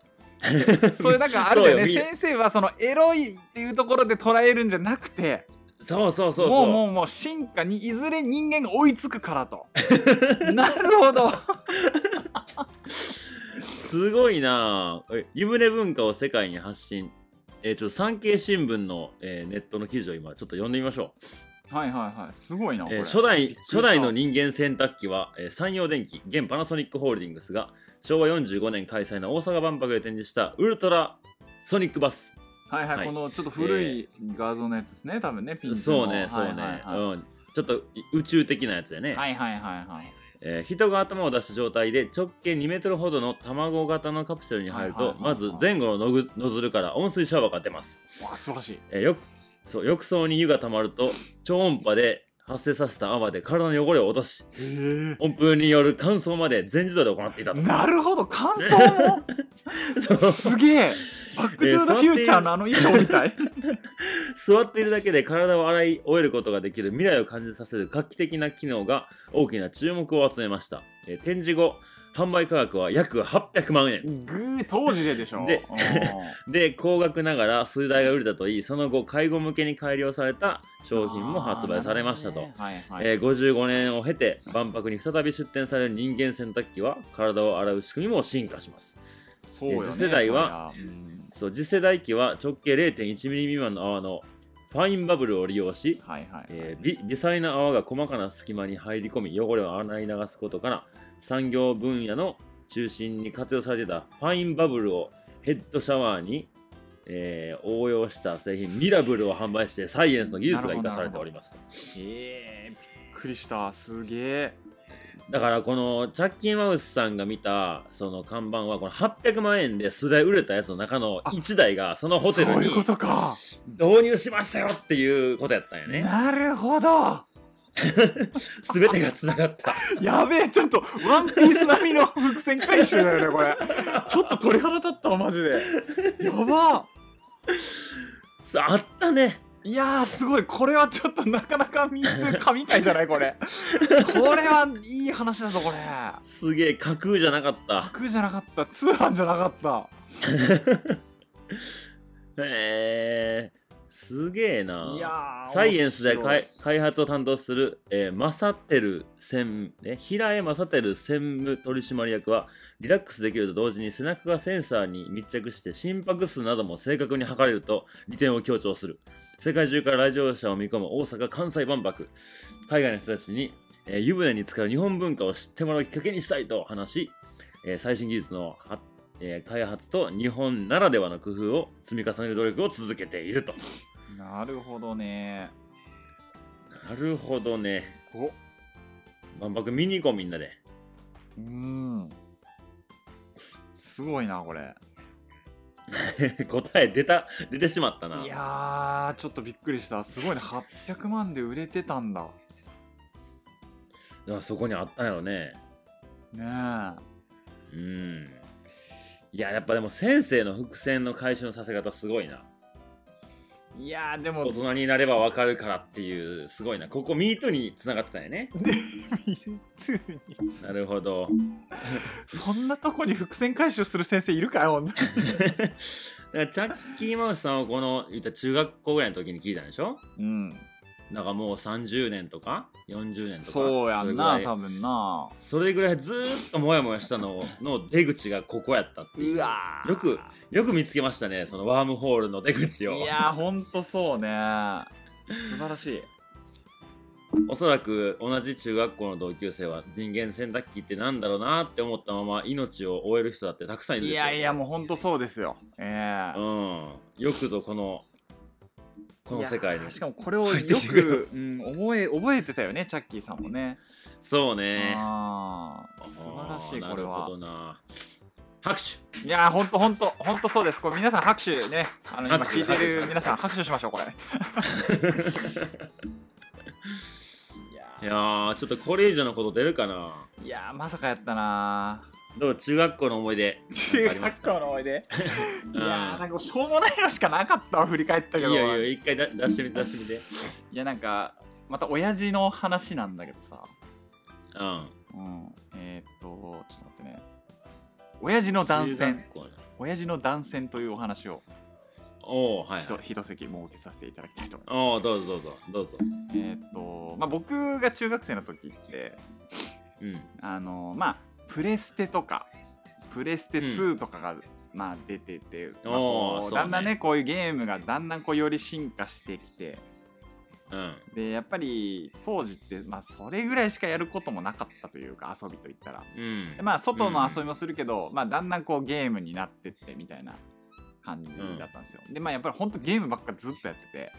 [SPEAKER 1] それなんかあれだよね
[SPEAKER 2] そうよ
[SPEAKER 1] 先生はそのエロいっていうところで捉えるんじゃなくて
[SPEAKER 2] そうそうそうそう
[SPEAKER 1] もうもうもう進化にいずれ人間が追いつくから となるほど
[SPEAKER 2] すごいなあえ湯船文化を世界に発信えーちょっと産経新聞の、えーネットの記事を今ちょっと読んでみましょう
[SPEAKER 1] はいはいはいすごいなこ
[SPEAKER 2] えー
[SPEAKER 1] れ、
[SPEAKER 2] 初代
[SPEAKER 1] した
[SPEAKER 2] 初代の人間洗濯機は、えー山陽電機現パナソニックホールディングスが昭和45年開催の大阪万博で展示したウルトラソニックバス
[SPEAKER 1] はいはい、
[SPEAKER 2] はい
[SPEAKER 1] このちょっと古い画像のやつですね、多分ねピンクの
[SPEAKER 2] そうねそう
[SPEAKER 1] はい
[SPEAKER 2] ね、
[SPEAKER 1] はいはい
[SPEAKER 2] うん、ちょっとい宇宙的なやつでね、
[SPEAKER 1] はいはいはいはい
[SPEAKER 2] えー人が頭を出した状態で直径2メートルほどの卵型のカプセルに入る
[SPEAKER 1] はいはいは
[SPEAKER 2] と
[SPEAKER 1] いはい
[SPEAKER 2] まず前後のノグノズルから温水シャワーが出ます、
[SPEAKER 1] わあ素晴らしい
[SPEAKER 2] えーよくそう浴槽に湯がたまると超音波で発生させた泡で体の汚れを落とし
[SPEAKER 1] へ
[SPEAKER 2] 温風による乾燥まで全自動で行っていたと
[SPEAKER 1] なるほど感想 もすげえバック・トゥ・ザ・フューチャーのあの衣装みたい
[SPEAKER 2] 座っているだけで体を洗い終えることができる未来を感じさせる画期的な機能が大きな注目を集めました、えー展示後販売価格は約800万円
[SPEAKER 1] グー当時ででしょ
[SPEAKER 2] で
[SPEAKER 1] おー
[SPEAKER 2] で高額ながら数台が売れたといいその後介護向けに改良された商品も発売されましたと、
[SPEAKER 1] あーなるほどねはいはい
[SPEAKER 2] えー55年を経て万博に再び出展される人間洗濯機は体を洗う仕組みも進化します
[SPEAKER 1] そうよね
[SPEAKER 2] 次世代は
[SPEAKER 1] そりゃうん
[SPEAKER 2] そう次世代機は直径 0.1mm 未満の泡のファインバブルを利用し
[SPEAKER 1] はいはいはい、
[SPEAKER 2] えー微微細な泡が細かな隙間に入り込み汚れを洗い流すことから産業分野の中心に活用されていたファインバブルをヘッドシャワーに、えー応用した製品ミラブルを販売してサイエンスの技術が生かされておりますと
[SPEAKER 1] えー、びっくりしたすげえ
[SPEAKER 2] だからこのチャッキーマウスさんが見たその看板はこの800万円で数台売れたやつの中の1台がそのホテル
[SPEAKER 1] そう
[SPEAKER 2] に
[SPEAKER 1] いうことか
[SPEAKER 2] 導入しましたよっていうことやったんよね
[SPEAKER 1] なるほど
[SPEAKER 2] 全てがつながった
[SPEAKER 1] やべえちょっとワンピース並みの伏線回収だよねこれちょっと鳥肌立ったわマジでやば
[SPEAKER 2] そうあったね
[SPEAKER 1] いやーすごいこれはちょっとなかなか見る神回じゃないこれこれはいい話だぞこれ
[SPEAKER 2] すげえ架空じゃなかった。
[SPEAKER 1] 空じゃなかった通販じゃなかった。
[SPEAKER 2] へえすげえない
[SPEAKER 1] やー
[SPEAKER 2] サイエンスで
[SPEAKER 1] 面白い
[SPEAKER 2] 開開発を担当する、えーマサテル専務、ね、平江正テル専務取締役はリラックスできると同時に背中がセンサーに密着して心拍数なども正確に測れると利点を強調する世界中から来場者を見込む大阪・関西万博海外の人たちに、えー湯船に浸かる日本文化を知ってもらうきっかけにしたいと話し、えー最新技術のは、えー開発と日本ならではの工夫を積み重ねる努力を続けていると。
[SPEAKER 1] なるほどね
[SPEAKER 2] なるほどね。
[SPEAKER 1] お
[SPEAKER 2] 万博見に行こうみんなで。
[SPEAKER 1] うーんすごいなこれ。
[SPEAKER 2] 答え出た出てしまったない
[SPEAKER 1] やーちょっとびっくりしたすごいね800万で売れてたんだ
[SPEAKER 2] いやそこにあったんやろね
[SPEAKER 1] ねえ
[SPEAKER 2] うんいややっぱでも先生の伏線の回収のさせ方すごいない
[SPEAKER 1] やーでも
[SPEAKER 2] 大人になればわかるからっていうすごいなここ MeToo につながってたんやねなるほど
[SPEAKER 1] そんなとこに伏線回収する先生いるかよ ほんと
[SPEAKER 2] だからチャッキーマウスさんをこの言った中学校ぐらいの時に聞いたんでしょ
[SPEAKER 1] うん
[SPEAKER 2] なんかもう30年とか40年とか
[SPEAKER 1] そうやん
[SPEAKER 2] そ
[SPEAKER 1] な
[SPEAKER 2] れぐら
[SPEAKER 1] 多
[SPEAKER 2] い
[SPEAKER 1] 分な
[SPEAKER 2] それぐらいずーっとモヤモヤしたのの出口がここやったっていう
[SPEAKER 1] うわー
[SPEAKER 2] よくよく見つけましたねそのワームホールの出口を
[SPEAKER 1] いやーほんとそうね素晴らしい
[SPEAKER 2] おそらく同じ中学校の同級生は人間洗濯機ってなんだろうなって思ったまま命を終える人だってたくさんいるで
[SPEAKER 1] い
[SPEAKER 2] しょ
[SPEAKER 1] やいやもうほんとそうですよええ
[SPEAKER 2] うんよくぞこのこの世界
[SPEAKER 1] いや
[SPEAKER 2] に
[SPEAKER 1] ーしかもこれを
[SPEAKER 2] 入って
[SPEAKER 1] よ
[SPEAKER 2] きてくれ
[SPEAKER 1] く、うん、覚え覚えてたよねチャッキーさんもね、
[SPEAKER 2] そうね
[SPEAKER 1] ああ素晴らしい
[SPEAKER 2] あー
[SPEAKER 1] これ
[SPEAKER 2] なる
[SPEAKER 1] は
[SPEAKER 2] ほどな拍手
[SPEAKER 1] いやーほんとほんとほんとそうですこれ皆さん拍手ねあの今
[SPEAKER 2] 拍手
[SPEAKER 1] 聞いて
[SPEAKER 2] 拍
[SPEAKER 1] る
[SPEAKER 2] 手
[SPEAKER 1] 皆さん拍手しましょうこれいや
[SPEAKER 2] いやーちょっとこれ以上のこと出るかな
[SPEAKER 1] ーいやーまさかやったな
[SPEAKER 2] どう中学校の思い出
[SPEAKER 1] ー中
[SPEAKER 2] なんかありま
[SPEAKER 1] 学
[SPEAKER 2] す
[SPEAKER 1] 校
[SPEAKER 2] か
[SPEAKER 1] の思い出
[SPEAKER 2] ん
[SPEAKER 1] いやーなんかしょうもないのしかなかったわ振り返ったけ
[SPEAKER 2] い
[SPEAKER 1] ど
[SPEAKER 2] やいや一回だ出してみて出してみて
[SPEAKER 1] いやなんかまた親父の話なんだけどさ
[SPEAKER 2] うん
[SPEAKER 1] うんえー、っとちょっと待ってね親父の断
[SPEAKER 2] 中
[SPEAKER 1] 線
[SPEAKER 2] 学校の
[SPEAKER 1] 親父の断線というお話を
[SPEAKER 2] おおはい、
[SPEAKER 1] ひと、
[SPEAKER 2] はい、
[SPEAKER 1] 一席設けさせていただきたいと思いま
[SPEAKER 2] おおどうぞどうぞどう
[SPEAKER 1] す。
[SPEAKER 2] ぞ
[SPEAKER 1] えーっとまあ、僕が中学生の時って
[SPEAKER 2] うん
[SPEAKER 1] あのまあプレステとかプレステ2とかが、まあ、出てて、まあこ
[SPEAKER 2] おー
[SPEAKER 1] う
[SPEAKER 2] そうね
[SPEAKER 1] だんだんねこういうゲームがだんだんこうより進化してきて
[SPEAKER 2] うん
[SPEAKER 1] でやっぱり当時って、まあ、それぐらいしかやることもなかったというか遊びといったら。
[SPEAKER 2] うん
[SPEAKER 1] でまあ外の遊びもするけど、まあだんだんこうゲームになってってみたいな感じだったんですよ、でまあやっぱりほんとゲームばっかずっとやってて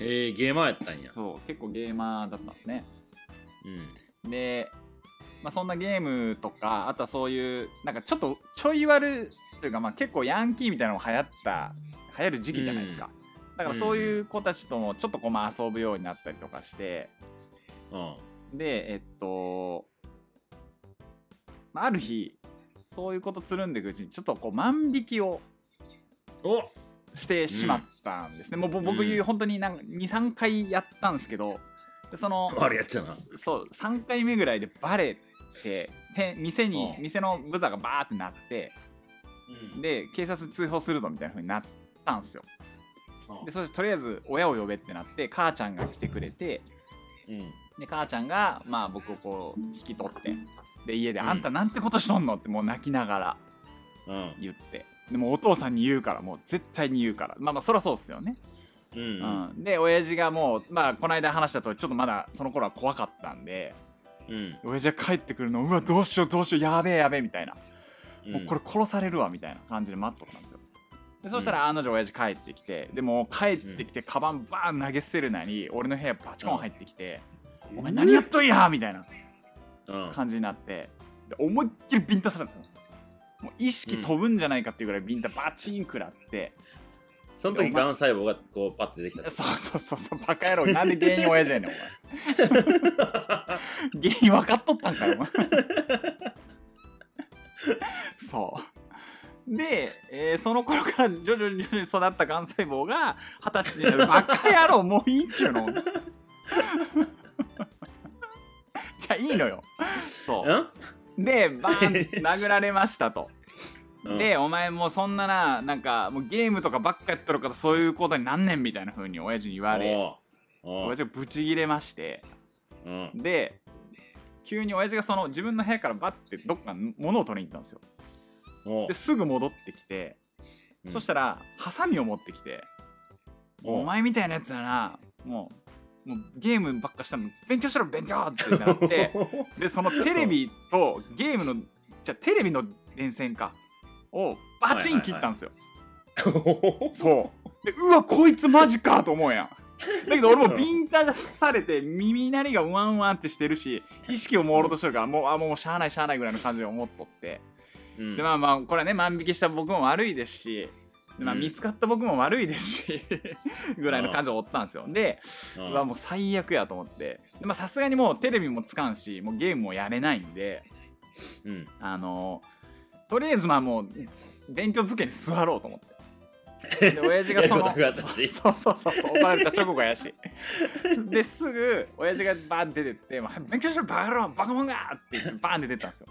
[SPEAKER 2] えー、ゲーマーやったんや。
[SPEAKER 1] そう結構ゲーマーだったんですね
[SPEAKER 2] うん。
[SPEAKER 1] で、まあ、そんなゲームとかあとはそういうなんかちょっとちょい悪というか、まあ、結構ヤンキーみたいなのが流行った流行る時期じゃないですか、だからそういう子たちともちょっとこうまあ遊ぶようになったりとかして
[SPEAKER 2] うん。
[SPEAKER 1] でえっと、まあ、ある日そういうことつるんでいくうちにちょっとこう万引きを
[SPEAKER 2] お
[SPEAKER 1] してしまったんですね、もうぼ僕、
[SPEAKER 2] うん
[SPEAKER 1] 本当に23回やったんですけどでその
[SPEAKER 2] あれやっちゃうな。
[SPEAKER 1] そう3回目ぐらいでバレてて店に
[SPEAKER 2] うん
[SPEAKER 1] 店のブザーがバーってなって
[SPEAKER 2] う
[SPEAKER 1] で警察通報するぞみたいな風になったんですよでそしてとりあえず親を呼べってなって母ちゃんが来てくれて
[SPEAKER 2] うん。
[SPEAKER 1] で母ちゃんがまあ僕をこう引き取ってで家で「
[SPEAKER 2] うん
[SPEAKER 1] あんたなんてことしとんの?」ってもう泣きながら
[SPEAKER 2] うん。
[SPEAKER 1] 言ってでもうお父さんに言うからもう絶対に言うからまあまあそりゃそうっすよね、
[SPEAKER 2] う。
[SPEAKER 1] うんん、で親父がもうまあこの間話したとちょっとまだその頃は怖かったんで
[SPEAKER 2] うん。
[SPEAKER 1] 親父が帰ってくるのうわどうしようどうしようやべえやべえみたいな、
[SPEAKER 2] うん
[SPEAKER 1] もうこれ殺されるわみたいな感じで待っとったんですよでそしたら案の定親父帰ってきてでもう帰ってきてカバンバーン投げ捨てるなり俺の部屋バチコン入ってきて「お前何やっとんや!」みたいな
[SPEAKER 2] うん。
[SPEAKER 1] 感じになってで思いっきりビンタされたんですよもう意識飛ぶんじゃないかっていうぐらいビンタバチン食ら って、
[SPEAKER 2] その時、がん細胞がこう、パッてできた。
[SPEAKER 1] そうそうそうそうバカ野郎なんで原因親父やねんお 前原因分かっとったんかよお前 そうで、えーその頃から徐々に徐々に育ったがん細胞が二十歳になるバカ野 郎もういいっちゅうのじゃあいいのよそうでバーンっ て殴られましたと。
[SPEAKER 2] うん
[SPEAKER 1] で、お前もうそんなななんかもうゲームとかばっかやっとるからそういうことになんねんみたいな風に親父に言われ
[SPEAKER 2] おう
[SPEAKER 1] 親
[SPEAKER 2] おう
[SPEAKER 1] 父がブチギレまして
[SPEAKER 2] うん。
[SPEAKER 1] で急に親父がその自分の部屋からバッてどっかに物を取りに行ったんですよ
[SPEAKER 2] おう
[SPEAKER 1] ですぐ戻ってきて、そしたらハサミを持ってきて「
[SPEAKER 2] おう
[SPEAKER 1] お前みたいなやつはなもうもうゲームばっかしたの勉強しろ勉強!」ってなって。でそのテレビとゲームのじゃあテレビの電線かをバチン切ったんですよ、そうでうわこいつマジかと思うやんだけど俺もビンタされて耳鳴りがワンワンってしてるし意識を朦朧としてるからもうあもうしゃあないしゃあないぐらいの感じで思っとって
[SPEAKER 2] うん
[SPEAKER 1] でまあまあこれはね万引きした僕も悪いですしでまあ、
[SPEAKER 2] うん
[SPEAKER 1] 見つかった僕も悪いですし ぐらいの感情を負ったんですよで
[SPEAKER 2] う
[SPEAKER 1] うんわもう最悪やと思ってでまあさすがにもうテレビもつかんしもうゲームもやれないんで
[SPEAKER 2] うん
[SPEAKER 1] あのとりあえずまあもう勉強机に座ろうと思って で親父がその
[SPEAKER 2] やることが優しい
[SPEAKER 1] そうそうそうそう怒られた直後がやしいですぐ親父がバーン出てって「まあ勉強しろバカ野郎バカモンが!」って言ってバーン出てったんですよ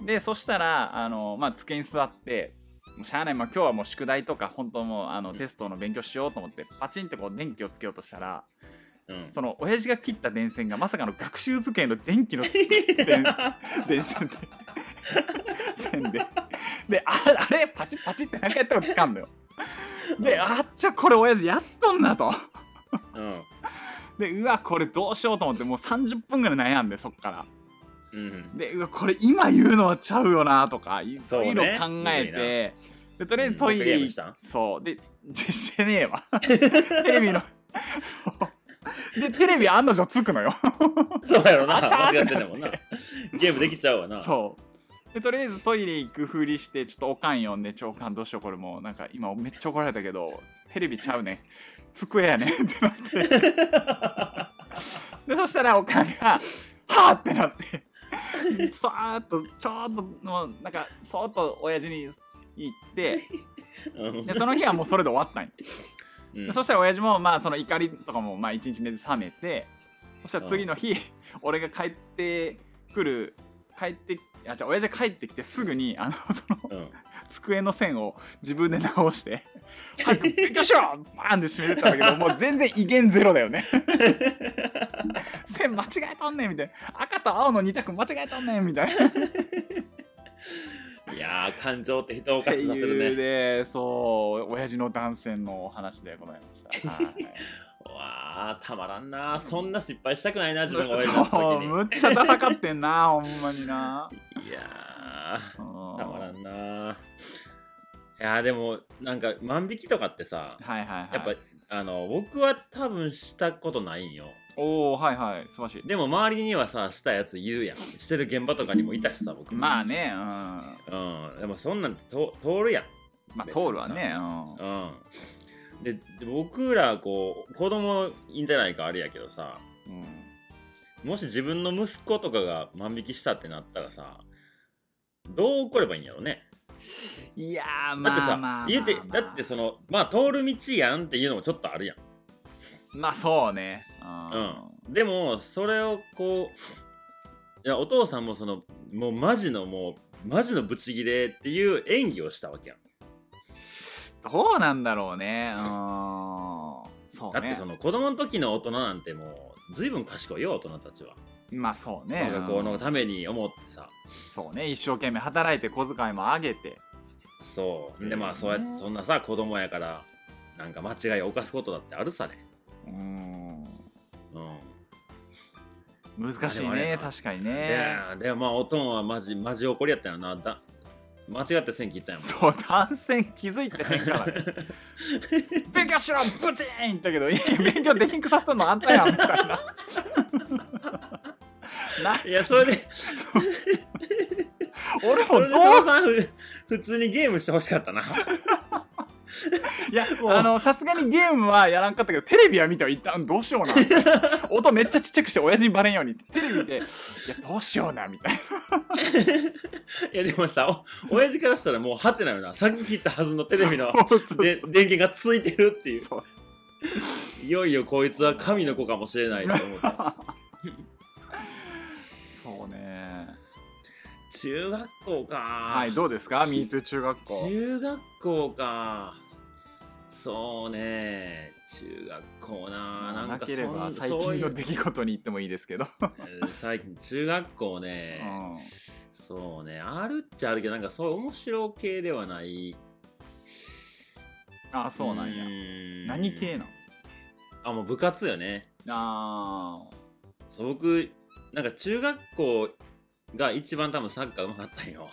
[SPEAKER 2] うん
[SPEAKER 1] でそしたらあの、まあ、机に座ってもうしゃあない、まあ、今日はもう宿題とか本当もうあの
[SPEAKER 2] うん
[SPEAKER 1] テストの勉強しようと思ってパチンってこう電気をつけようとしたら
[SPEAKER 2] うん
[SPEAKER 1] その親父が切った電線がまさかの学習机の電気のつ電電線で線ででああれパチッパチッって何回やってもつかんのよであっちゃこれ親父やっとんなと
[SPEAKER 2] うん
[SPEAKER 1] でうわこれどうしようと思ってもう30分ぐらい悩んでそっから
[SPEAKER 2] うん
[SPEAKER 1] でうわこれ今言うのはちゃうよなとかい
[SPEAKER 2] そう
[SPEAKER 1] ろ
[SPEAKER 2] ね
[SPEAKER 1] いろ考えてでとりあえずトイレ
[SPEAKER 2] う
[SPEAKER 1] 行
[SPEAKER 2] ん
[SPEAKER 1] っ
[SPEAKER 2] 僕が
[SPEAKER 1] そうでじしてねえわ テレビの そうでテレビ案の定つくのよ
[SPEAKER 2] そうやろな
[SPEAKER 1] あちゃー
[SPEAKER 2] 間違ってんだもんなゲームできちゃうわな
[SPEAKER 1] そうでとりあえずトイレ行くふりしてちょっとおかん呼んで長官どうしようこれもうなんか今めっちゃ怒られたけどテレビちゃうね机やねんってなってでそしたらおかんが「はあ!」ってなってそーっとちょっともうなんかそーっと親父に行って
[SPEAKER 2] うん
[SPEAKER 1] でその日はもうそれで終わったんよ
[SPEAKER 2] うん
[SPEAKER 1] でそしたら親父もまあその怒りとかもまあ一日寝て冷めてそしたら次の日俺が帰ってくる帰ってあじゃ親父が帰ってきてすぐにあのその
[SPEAKER 2] うん
[SPEAKER 1] 机の線を自分で直して「早く勉強しろ!」 バーンって閉めてたんだけどもう全然威厳ゼロだよね 線間違えとんねんみたいな赤と青の2択間違えとんねんみたいなっ
[SPEAKER 2] いやー感情って人をおか
[SPEAKER 1] て
[SPEAKER 2] しくさせ
[SPEAKER 1] いう
[SPEAKER 2] るね
[SPEAKER 1] でそう親父の断線のお話でございました。はい
[SPEAKER 2] わあたまらんなそんな失敗したくないな自分が親父だった
[SPEAKER 1] そう
[SPEAKER 2] 時に
[SPEAKER 1] むっちゃダサかってんな ほんまにない
[SPEAKER 2] やー
[SPEAKER 1] た
[SPEAKER 2] たまら
[SPEAKER 1] は
[SPEAKER 2] んなあいやあでもなんか万引きとかってさ
[SPEAKER 1] いはいはい
[SPEAKER 2] やっぱ、あの僕は多分したことないんよ
[SPEAKER 1] おおはいはい素晴らしい
[SPEAKER 2] でも周りにはさしたやついるやんしてる現場とかにもいたしさ僕も
[SPEAKER 1] まあねうん
[SPEAKER 2] うんでもそんなんと通るやん
[SPEAKER 1] まあ通るわねうん
[SPEAKER 2] うんでで僕らこう子供いんじゃないかあれやけどさ
[SPEAKER 1] うん
[SPEAKER 2] もし自分の息子とかが万引きしたってなったらさどう怒ればいいんやろうね
[SPEAKER 1] いやー
[SPEAKER 2] だって
[SPEAKER 1] まあ
[SPEAKER 2] さ、
[SPEAKER 1] まあ
[SPEAKER 2] 言うて
[SPEAKER 1] まあま
[SPEAKER 2] だ
[SPEAKER 1] あ
[SPEAKER 2] ってそのまあ通る道やんっていうのもちょっとあるやん
[SPEAKER 1] まあそうねう
[SPEAKER 2] うん、でもそれをこういやお父さんもそのもうマジのもうマジのブチギレっていう演技をしたわけやん
[SPEAKER 1] どうなんだろうねうんそう
[SPEAKER 2] だ
[SPEAKER 1] ね
[SPEAKER 2] ってその子供の時の大人なんてもう随分賢いよ大人たちは
[SPEAKER 1] まあそうね
[SPEAKER 2] 我が子
[SPEAKER 1] う
[SPEAKER 2] の
[SPEAKER 1] ん
[SPEAKER 2] ために思ってさ
[SPEAKER 1] そうね一生懸命働いて小遣いも上げて
[SPEAKER 2] そう
[SPEAKER 1] う
[SPEAKER 2] で
[SPEAKER 1] ん
[SPEAKER 2] まあそうやそんなさ子供やからなんか間違いを犯すことだってあるさね
[SPEAKER 1] うん
[SPEAKER 2] うん
[SPEAKER 1] 難しい
[SPEAKER 2] あれ
[SPEAKER 1] ね
[SPEAKER 2] はね
[SPEAKER 1] 確かに
[SPEAKER 2] で
[SPEAKER 1] ね
[SPEAKER 2] でまあおとんはマジマジ怒りやったよなだ間違って線切ったんやもん
[SPEAKER 1] そう断線気づいてない からね勉強しろブチーンだけどいや勉強できんくさせたのあんたやんみたいな ない
[SPEAKER 2] やそれで
[SPEAKER 1] 俺
[SPEAKER 2] そ
[SPEAKER 1] もど
[SPEAKER 2] れで佐野
[SPEAKER 1] う
[SPEAKER 2] さんふ普通にゲームしてほしかったな
[SPEAKER 1] いや
[SPEAKER 2] もう
[SPEAKER 1] あのさすがにゲームはやらんかったけどテレビは見たら一旦どうしような音めっちゃちっちゃくして親父にバレんようにテレビでいやどうしようなみたいない
[SPEAKER 2] やでもさお親父からしたらもうハテナよなさっき切ったはずのテレビの
[SPEAKER 1] で
[SPEAKER 2] で電源がついてるっていう
[SPEAKER 1] そう
[SPEAKER 2] いよいよこいつは神の子かもしれないと思って
[SPEAKER 1] そうね
[SPEAKER 2] 中学校か
[SPEAKER 1] はいどうですか MeToo 中学校
[SPEAKER 2] 中学校かそうね中学校ななん
[SPEAKER 1] な
[SPEAKER 2] か
[SPEAKER 1] ければ
[SPEAKER 2] そん
[SPEAKER 1] 最
[SPEAKER 2] そう
[SPEAKER 1] 近
[SPEAKER 2] い
[SPEAKER 1] の
[SPEAKER 2] う
[SPEAKER 1] 出来事に言ってもいいですけど、
[SPEAKER 2] うん最近中学校ね、そうねあるっちゃあるけどなんかそういう面白系ではない
[SPEAKER 1] うんあそうなんや
[SPEAKER 2] ーん
[SPEAKER 1] 何系なん
[SPEAKER 2] あもう部活よね
[SPEAKER 1] あ ー
[SPEAKER 2] そう僕なんか中学校が一番多分サッカーうまかったんよ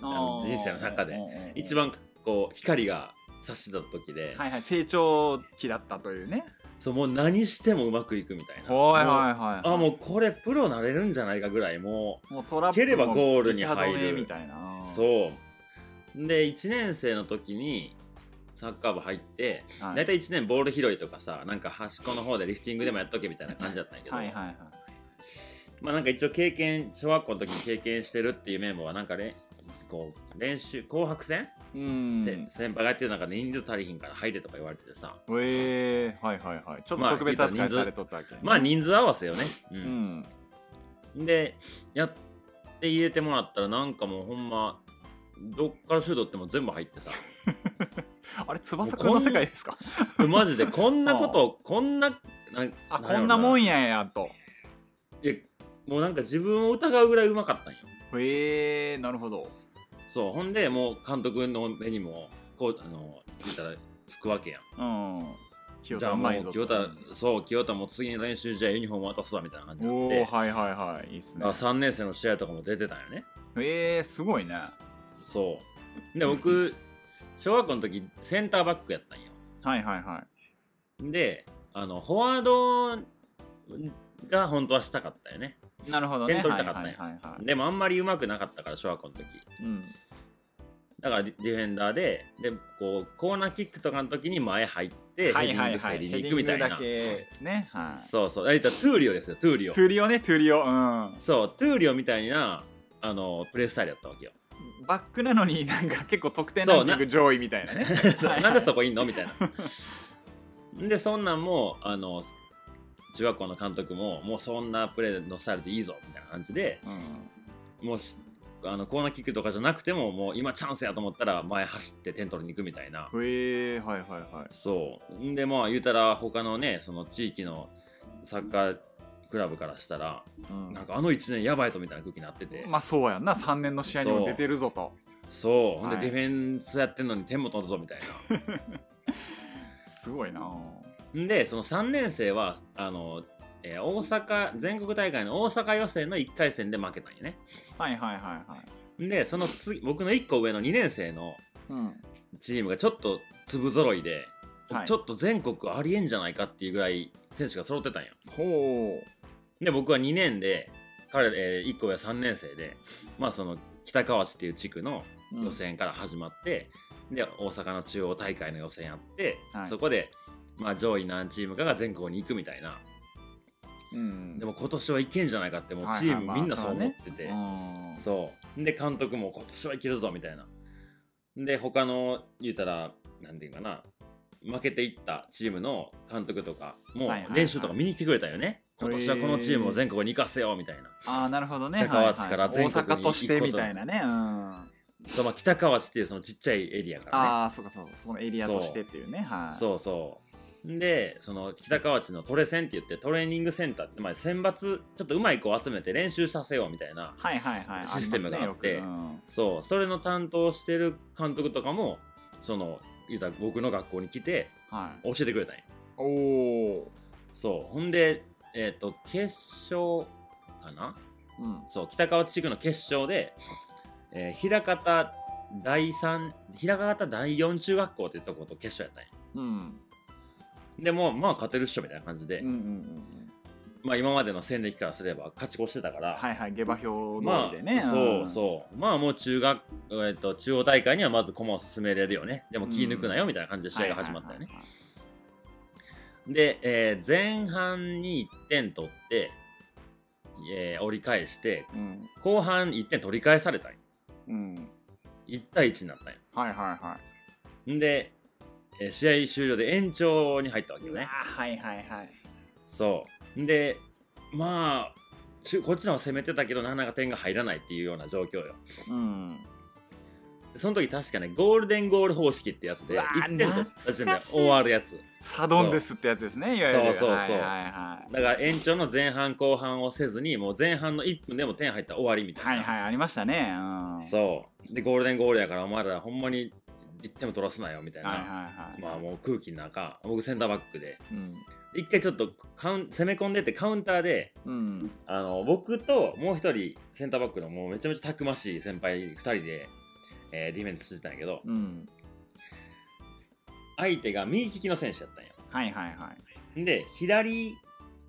[SPEAKER 2] の
[SPEAKER 1] あー
[SPEAKER 2] 人生の中で
[SPEAKER 1] うんうんうん
[SPEAKER 2] 一番こう光が差してた時で、
[SPEAKER 1] はいはい成長期だったというね
[SPEAKER 2] そうもう何してもうまくいくみたいな
[SPEAKER 1] はい
[SPEAKER 2] もう
[SPEAKER 1] はいはい
[SPEAKER 2] あもうこれプロなれるんじゃないかぐらいも
[SPEAKER 1] もうトラップ
[SPEAKER 2] 蹴ればゴールに入
[SPEAKER 1] も板
[SPEAKER 2] る
[SPEAKER 1] 止めみたいな
[SPEAKER 2] うそうで1年生の時にサッカー部入って、
[SPEAKER 1] はい
[SPEAKER 2] 大体1年ボール拾いとかさなんか端っこの方でリフティングでもやっとけみたいな感じだったんやけど、
[SPEAKER 1] はいはいはい
[SPEAKER 2] まあなんか一応経験小学校の時に経験してるっていう面もはなんかれこう練習紅白戦、
[SPEAKER 1] うん
[SPEAKER 2] せ先輩がやってる中で人数足りひんから入れとか言われててさ
[SPEAKER 1] えー、はいはいはいちょっと
[SPEAKER 2] まあ
[SPEAKER 1] 特別扱いされとったわけ、
[SPEAKER 2] まあ人数合わせよね、う
[SPEAKER 1] うんん
[SPEAKER 2] でやって入れてもらったらなんかもうほんまどっからシュート打っても全部入ってさ
[SPEAKER 1] あれ翼くんの世界ですか
[SPEAKER 2] マジでこんなことこんななん
[SPEAKER 1] あこんなもん
[SPEAKER 2] や
[SPEAKER 1] ややと
[SPEAKER 2] いやもうなんか自分を疑うぐらいうまかったんよ
[SPEAKER 1] へえー、なるほど
[SPEAKER 2] そうほんでもう監督の目にもこうあの言ったらつくわけやん
[SPEAKER 1] うん清
[SPEAKER 2] じゃあ
[SPEAKER 1] 田う
[SPEAKER 2] も
[SPEAKER 1] まいぞと
[SPEAKER 2] う清田そう清田も次の練習じゃあユニフォーム渡すわみたいな感じにな
[SPEAKER 1] お
[SPEAKER 2] っ
[SPEAKER 1] お
[SPEAKER 2] て
[SPEAKER 1] はいはいはいいいっすね
[SPEAKER 2] あ3年生の試合とかも出てたんよね
[SPEAKER 1] えー、すごいね
[SPEAKER 2] そうで僕小学校の時センターバックやったんよ
[SPEAKER 1] はいはいはい
[SPEAKER 2] であのフォワードが本当はしたかったよね
[SPEAKER 1] なるほどね。
[SPEAKER 2] 点取りたかったん
[SPEAKER 1] はい
[SPEAKER 2] や
[SPEAKER 1] はいはいはい
[SPEAKER 2] でもあんまりうまくなかったから小学校の時
[SPEAKER 1] うん。
[SPEAKER 2] だからディディフェンダーででこうコーナーキックとかの時に前入ってヘディング競りに行くみたいな、
[SPEAKER 1] ヘディングだけね。はい。
[SPEAKER 2] そうそうあいつはトゥーリオですよトゥーリオ
[SPEAKER 1] トゥリオね、トゥリオ。うん。
[SPEAKER 2] そうトゥーリオみたいなあのプレースタイルだったわけよ
[SPEAKER 1] バックなのになんか結構得点ランキング上位みたいなね。はい
[SPEAKER 2] なんで そこいんのみたい なでそんなんもあの中学校の監督ももうそんなプレーのスタイルでいいぞみたいな感じで
[SPEAKER 1] うん
[SPEAKER 2] もうしあのコーナーキックとかじゃなくてももう今チャンスやと思ったら前走って点取りに行くみたいな
[SPEAKER 1] へえ、はいはいは
[SPEAKER 2] そうんでまあ言うたら他のねその地域のサッカークラブからしたら
[SPEAKER 1] い。うん
[SPEAKER 2] なんかあの1年やばいぞみたいな空気になってて、
[SPEAKER 1] まあそうやんな、3年の試合にも出てるぞと。
[SPEAKER 2] そうほんで
[SPEAKER 1] はい
[SPEAKER 2] ディフェンスやってんのに点も取るぞみたいな
[SPEAKER 1] すごいな。
[SPEAKER 2] んでその3年生はあの、えー大阪全国大会の大阪予選の1回戦で負けたんよね
[SPEAKER 1] はいはいはいはい。
[SPEAKER 2] んでその次僕の1個上の2年生の
[SPEAKER 1] うん。
[SPEAKER 2] チームがちょっと粒揃いで、
[SPEAKER 1] はい
[SPEAKER 2] ちょっと全国ありえんじゃないかっていうぐらい選手が揃ってたんよ
[SPEAKER 1] ほ
[SPEAKER 2] で僕は2年で彼、え1個上は3年生でまあその北河内っていう地区の
[SPEAKER 1] う。うん
[SPEAKER 2] 予。選から始まって、で大阪の中央大会の予選やって、
[SPEAKER 1] はい
[SPEAKER 2] そこで、まあ、上位何チームかが全国に行くみたいな
[SPEAKER 1] うん。
[SPEAKER 2] でも今年はいけんじゃないかってもう
[SPEAKER 1] はいはい
[SPEAKER 2] チーム
[SPEAKER 1] まあ
[SPEAKER 2] みんなそう思ってて、
[SPEAKER 1] うん、
[SPEAKER 2] そうで監督も今年はいけるぞみたいなで他の言うたら何て言うかな負けていったチームの監督とかも
[SPEAKER 1] はいはいはい
[SPEAKER 2] 練習とか見に来てくれたよね、今年はこのチームを全国に行かせようみたいな、
[SPEAKER 1] ああ、なるほどね。
[SPEAKER 2] 北河内から全国に
[SPEAKER 1] はいはい大阪として
[SPEAKER 2] 行くこと
[SPEAKER 1] みたいなね。うん。
[SPEAKER 2] そうまあ、北河内っていうそのちっちゃいエリアからね
[SPEAKER 1] ああ、そうかそうか、そこのエリアとしてっていうね。はい。
[SPEAKER 2] そうそう。で、その北河内のトレセンって言ってトレーニングセンターって、まあ、選抜、ちょっと上手い子を集めて練習させようみたいな。
[SPEAKER 1] はいはいはい。
[SPEAKER 2] システムがあって
[SPEAKER 1] りますねよ
[SPEAKER 2] そう、それの担当してる監督とかも、その、言うたら僕の学校に来て
[SPEAKER 1] くうんはい。
[SPEAKER 2] 教えてくれたんよ。
[SPEAKER 1] おお。
[SPEAKER 2] そう。ほんで、えっ、と、決勝かな
[SPEAKER 1] うん。
[SPEAKER 2] そう、北河内地区の決勝で、えー、枚方第三枚方第4中学校っていうとこと決勝やったんよ。
[SPEAKER 1] うん。
[SPEAKER 2] でも、まあ勝てるっしょみたいな感じで、
[SPEAKER 1] うんうんうん。
[SPEAKER 2] まあ今までの戦歴からすれば勝ち越してたから、
[SPEAKER 1] はいはい、下馬評
[SPEAKER 2] ま
[SPEAKER 1] 通りで
[SPEAKER 2] あ、
[SPEAKER 1] ね。
[SPEAKER 2] そうそうまあもう中学、えっと中央大会にはまず駒を進めれるよねでも気抜くなよみたいな感じで
[SPEAKER 1] うん。
[SPEAKER 2] 試合が始まったよね、
[SPEAKER 1] はいはいはいはい
[SPEAKER 2] で、えー前半に1点取って、えー折り返して
[SPEAKER 1] うん。
[SPEAKER 2] 後半1点取り返されたんよ
[SPEAKER 1] うん。
[SPEAKER 2] 1対1になったんよ
[SPEAKER 1] はいはいは
[SPEAKER 2] んで、えー試合終了で延長に入ったわけ
[SPEAKER 1] い。
[SPEAKER 2] よね
[SPEAKER 1] あはいはいはい。
[SPEAKER 2] そうんでまあちゅこっちの方が攻めてたけどなかなか点が入らないっていうような状況よ
[SPEAKER 1] うん。
[SPEAKER 2] その時確かねゴールデンゴール方式ってやつで
[SPEAKER 1] うわー
[SPEAKER 2] 1点取った時点で
[SPEAKER 1] 懐かしい
[SPEAKER 2] 終わるやつ
[SPEAKER 1] サドンデスってやつですね、いわゆる。
[SPEAKER 2] そうそうそう
[SPEAKER 1] はいはいはい。
[SPEAKER 2] だから延長の前半後半をせずにもう前半の1分でも点入ったら終わりみたいな
[SPEAKER 1] はいはい、ありましたね。うん。はい
[SPEAKER 2] そうでゴールデンゴールやからお前らほんまに1点も取らすなよみたいな、
[SPEAKER 1] はいはい。
[SPEAKER 2] まあもう空気の中僕センターバックで
[SPEAKER 1] うん。
[SPEAKER 2] 一回ちょっとカウン攻め込んでってカウンターで
[SPEAKER 1] うん。
[SPEAKER 2] あの僕ともう一人センターバックのもうめちゃめちゃたくましい先輩2人で、えーディフェンスしてたんやけど
[SPEAKER 1] うん。
[SPEAKER 2] 相手が右利きの選手やったんや
[SPEAKER 1] はいはいはい。
[SPEAKER 2] で左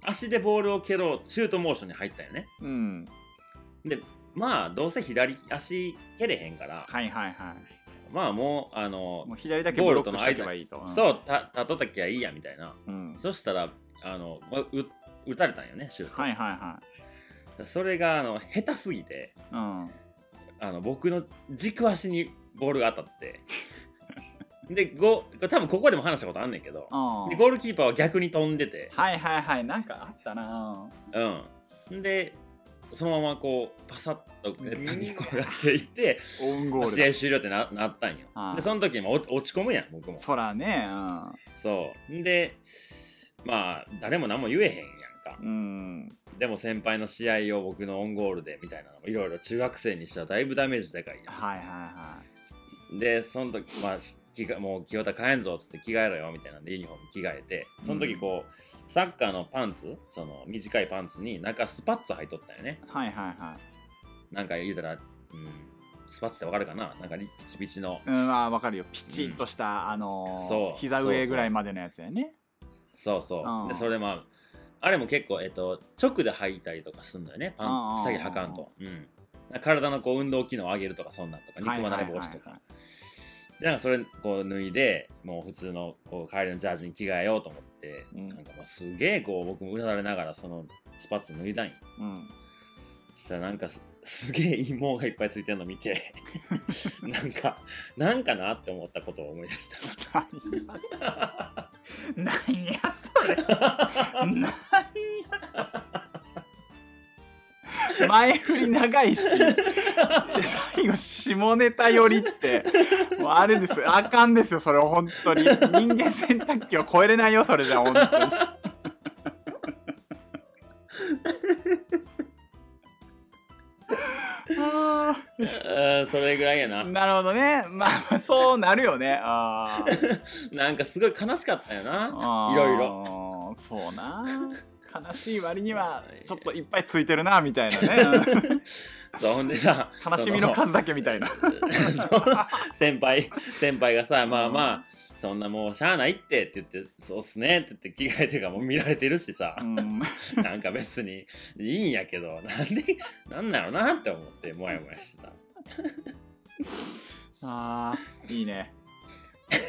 [SPEAKER 2] 足でボールを蹴ろうシュートモーションに入ったよね
[SPEAKER 1] うん。
[SPEAKER 2] でまあどうせ左足蹴れへんから、
[SPEAKER 1] はいはいはい。
[SPEAKER 2] まあもうあの
[SPEAKER 1] もう左だけブロックしとけばいいと。
[SPEAKER 2] そうた立っとったきゃいいやみたいな
[SPEAKER 1] うん。うん。
[SPEAKER 2] そしたらあのうう打たれたんよねシュート、
[SPEAKER 1] はいはいは
[SPEAKER 2] それがあの下手すぎて
[SPEAKER 1] い。うん。
[SPEAKER 2] あの僕の軸足にボールが当たって でゴ多分ここでも話したことあんねんけど
[SPEAKER 1] うん
[SPEAKER 2] でゴールキーパーは逆に飛んでて
[SPEAKER 1] はいはいはい。なんかあったな。
[SPEAKER 2] うんでそのままこうパサッとネットに転がっていって
[SPEAKER 1] オウンゴー
[SPEAKER 2] 試
[SPEAKER 1] ル
[SPEAKER 2] 合終了ってななったんよ
[SPEAKER 1] はい
[SPEAKER 2] でその時も落ち込むやん僕も
[SPEAKER 1] だ。そらね。うん
[SPEAKER 2] そう。んで、まあ、誰も何も言えへんやんか。
[SPEAKER 1] うん。
[SPEAKER 2] でも先輩の試合を僕のオンゴールでみたいなのもいろいろ中学生にしてはだいぶダメージでかいや
[SPEAKER 1] はいはいはい。
[SPEAKER 2] ん。で、その時、まあ、し着替えもう清田帰んぞっつって着替えろよみたいなんでユニフォーム着替えて、その時こう、サッカーのパンツ、その短いパンツに中スパッツ履いとったよね。
[SPEAKER 1] はいはいはい。
[SPEAKER 2] なんか言うたら、うん、スパッツってわかるかななんかリピチピチの。
[SPEAKER 1] うん、まあわかるよ。ピチッとした、あのー
[SPEAKER 2] そう
[SPEAKER 1] 膝上ぐらいまでのやつやね。
[SPEAKER 2] そうそう。
[SPEAKER 1] うん
[SPEAKER 2] で、それでまあ、あれも結構、えっと、直で履いたりとかすんのよね、パンツ、
[SPEAKER 1] うん
[SPEAKER 2] 下着履かんと。うん。体のこう運動機能を上げるとか、そんなんとか、
[SPEAKER 1] はい
[SPEAKER 2] 肉離れ防止と
[SPEAKER 1] はいはいは
[SPEAKER 2] か。で、なんかそれ、こう脱いで、もう普通のこう帰りのジャージに着替えようと思って、
[SPEAKER 1] うん
[SPEAKER 2] なんかもうすげえ、こう、僕もうなだれながら、そのスパッツ脱いだんよ。
[SPEAKER 1] うん。
[SPEAKER 2] したらなんかすすげえ陰毛がいっぱいついてるの 見てなんかなんかなって思ったことを思い出した
[SPEAKER 1] 何やそれ何やそれ前振り長いし最後下ネタ寄りってもうあれですよあかんですよそれ本当に人間洗濯機を超えれないよそれじゃ本当にあ
[SPEAKER 2] うんそれぐらいやな
[SPEAKER 1] ーなるほどねまあまあそうなるよねあー
[SPEAKER 2] なんかすごい悲しかったよな。
[SPEAKER 1] あー
[SPEAKER 2] いろい
[SPEAKER 1] そうな悲しい割にはちょっといっぱいついてるなみたいなね、
[SPEAKER 2] そうほんでさ
[SPEAKER 1] 悲しみの数だけみたいな
[SPEAKER 2] その。先輩、先輩がさ、まあまあ、そんなもうしゃあないってって言って、そうっすねって言って着替えてるからもう見られてるしさ
[SPEAKER 1] う、ん
[SPEAKER 2] なんか別にいいんやけど、なんで、なんなのなって思って、もやもやしてた。
[SPEAKER 1] あーいいね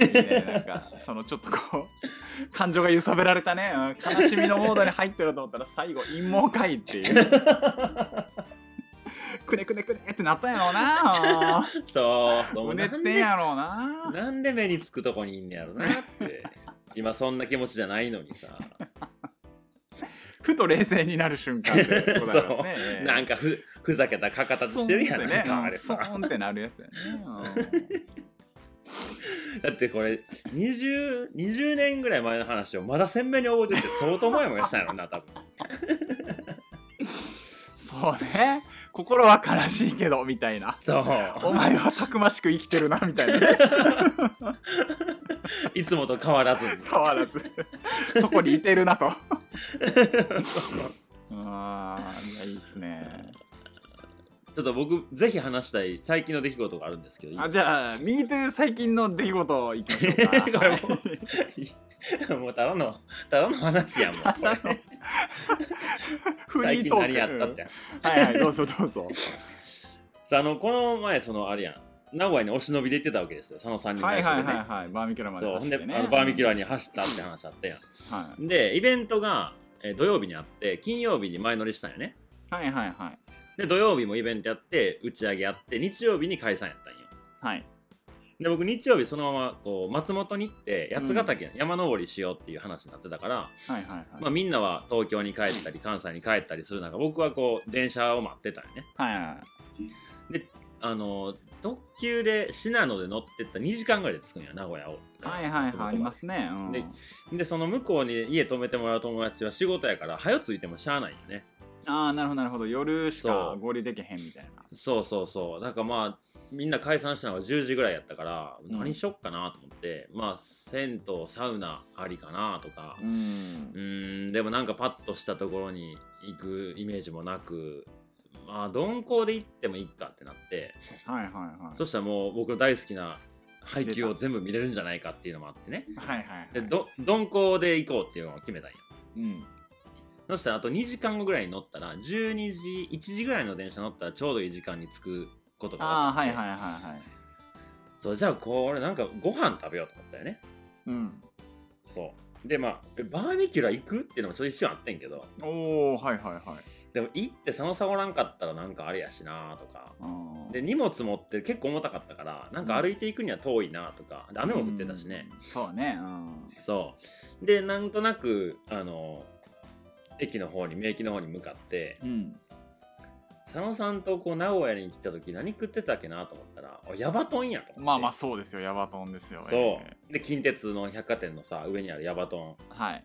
[SPEAKER 1] いいねなんかそのちょっとこう感情が揺さぶられたね、うん悲しみのモードに入ってると思ったら最後陰謀かいっていうくねくねくねってなったんやろうな
[SPEAKER 2] そう、そうう、
[SPEAKER 1] ねっ
[SPEAKER 2] なん
[SPEAKER 1] てん
[SPEAKER 2] で、
[SPEAKER 1] やろうな
[SPEAKER 2] なんで目につくとこにいんねやろなって。今そんな気持ちじゃないのにさ、
[SPEAKER 1] ふと冷静になる瞬間で ございますねええ
[SPEAKER 2] なんかふふざけたかかたとしてるやん、なんかあれ
[SPEAKER 1] ソ
[SPEAKER 2] さ。
[SPEAKER 1] ーンってなるやつやね。
[SPEAKER 2] だってこれ 20, 20年ぐらい前の話をまだ鮮明に覚えてて相当もやもやしたんやろな 多分
[SPEAKER 1] そうね。心は悲しいけど、みたいな。
[SPEAKER 2] そ
[SPEAKER 1] お前はたくましく生きてるな、みたいなね。
[SPEAKER 2] ういつもと変わらずに
[SPEAKER 1] 変わらず。そこにいてる なと。ああ、いや、いいっすね。
[SPEAKER 2] ちょっと僕ぜひ話したい最近の出来事があるんですけど
[SPEAKER 1] あじゃあ、右という最近の出来事いきましょうか。
[SPEAKER 2] これもあ もうただのただの話やんも うこれ
[SPEAKER 1] フリ
[SPEAKER 2] 最
[SPEAKER 1] ー
[SPEAKER 2] 近
[SPEAKER 1] トーク
[SPEAKER 2] 何やったって
[SPEAKER 1] はいはい、どうぞどうぞ。
[SPEAKER 2] さあのこの前そのあれやん名古屋にお忍びで行ってたわけですよ佐野さんに
[SPEAKER 1] はい
[SPEAKER 2] 内緒
[SPEAKER 1] は
[SPEAKER 2] で
[SPEAKER 1] い
[SPEAKER 2] ね、
[SPEAKER 1] はいはい。バーミキュラまで
[SPEAKER 2] そうほん
[SPEAKER 1] 走
[SPEAKER 2] で
[SPEAKER 1] っ
[SPEAKER 2] あ
[SPEAKER 1] てね。
[SPEAKER 2] のバーミキュラ
[SPEAKER 1] に。
[SPEAKER 2] に走ったって話あったやん
[SPEAKER 1] は
[SPEAKER 2] でイベントが、えー土曜日にあって金曜日に前乗りしたんよね
[SPEAKER 1] いはいはいはい。
[SPEAKER 2] で土曜日もイベントやって打ち上げやって日曜日に解散やったんよ
[SPEAKER 1] はい。
[SPEAKER 2] で僕日曜日そのままこう松本に行って八ヶ岳、山登りしようっていう話になってたから、
[SPEAKER 1] はいはいはい。
[SPEAKER 2] まあ、みんなは東京に帰っ たり関西に帰ったりする中僕はこう電車を待ってたんよね
[SPEAKER 1] はいはいはい。
[SPEAKER 2] あの特急で信濃で乗ってった2時間ぐらいで着くんよ名古屋を
[SPEAKER 1] はいはいはい、ありますね。うん、
[SPEAKER 2] ででその向こうに家泊めてもらう友達は仕事やから早着いてもしゃあないよね
[SPEAKER 1] ああ、なるほど、なるほど。夜しか
[SPEAKER 2] そう
[SPEAKER 1] 合流できへんみたいな。
[SPEAKER 2] そうそうそうだからまあみんな解散したのが10時ぐらいやったから、
[SPEAKER 1] ん
[SPEAKER 2] 何しよっかなと思ってまあ銭湯サウナありかなとか
[SPEAKER 1] う。
[SPEAKER 2] うんーんでもなんかパッとしたところに行くイメージもなくまあ鈍行で行ってもいいかってなって
[SPEAKER 1] はいはいはい。
[SPEAKER 2] そしたらもう僕の大好きな配給を全部見れるんじゃないかっていうのもあってね
[SPEAKER 1] はいはい、はい。
[SPEAKER 2] でど鈍行で行こうっていうのを決めたんや
[SPEAKER 1] うん。
[SPEAKER 2] そしたらあと2時間後ぐらいに乗ったら12時1時ぐらいの電車乗ったらちょうどいい時間に着くことが分
[SPEAKER 1] ああ、
[SPEAKER 2] か
[SPEAKER 1] は
[SPEAKER 2] って
[SPEAKER 1] いはいはいはい。
[SPEAKER 2] そうじゃあこれなんかご飯食べようと思ったよね
[SPEAKER 1] うん。
[SPEAKER 2] そうでまあえバーベキューは行くっていうのもちょっと一瞬あってんけど
[SPEAKER 1] おおはいはいはい。
[SPEAKER 2] でも行って佐野さんおらんかったらなんかあれやしなとか
[SPEAKER 1] あー
[SPEAKER 2] で荷物持って結構重たかったからなんか歩いていくには遠いなとかで雨も降ってたしね、。
[SPEAKER 1] うんそうね。うん。
[SPEAKER 2] そうでなんとなくあの駅の方に名駅の方に向かって
[SPEAKER 1] うん。
[SPEAKER 2] 佐野さんとこう名古屋に来た時何食ってたっけなと思ったらあヤバトンやと思って
[SPEAKER 1] まあまあそうですよ。ヤバトンですよ。
[SPEAKER 2] そ
[SPEAKER 1] え
[SPEAKER 2] うで近鉄の百貨店のさ上にあるヤバトン
[SPEAKER 1] ーはい。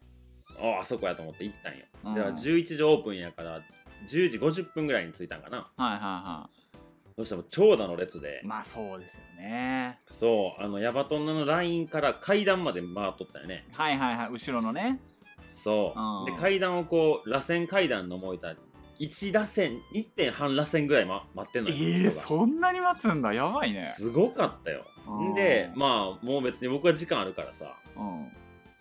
[SPEAKER 2] ああそこやと思って行ったんよ、
[SPEAKER 1] うん
[SPEAKER 2] では11時オープンやから10時50分ぐらいに着いたんかな
[SPEAKER 1] はいはいは
[SPEAKER 2] そしたらもう長蛇の列で、
[SPEAKER 1] い。まあそうですよね。
[SPEAKER 2] そうあのヤバトンのラインから階段まで回っとったよね
[SPEAKER 1] はいはいはい。後ろのね。
[SPEAKER 2] そう、
[SPEAKER 1] うん
[SPEAKER 2] で階段をこう螺旋階段の思いた1螺旋1点半螺旋ぐらい、ま、待ってんの
[SPEAKER 1] え
[SPEAKER 2] よ、
[SPEAKER 1] ー、
[SPEAKER 2] 人が
[SPEAKER 1] そんなに待つんだ。やばいね。
[SPEAKER 2] すごかったよ
[SPEAKER 1] うん
[SPEAKER 2] でまあもう別に僕は時間あるからさ
[SPEAKER 1] うん。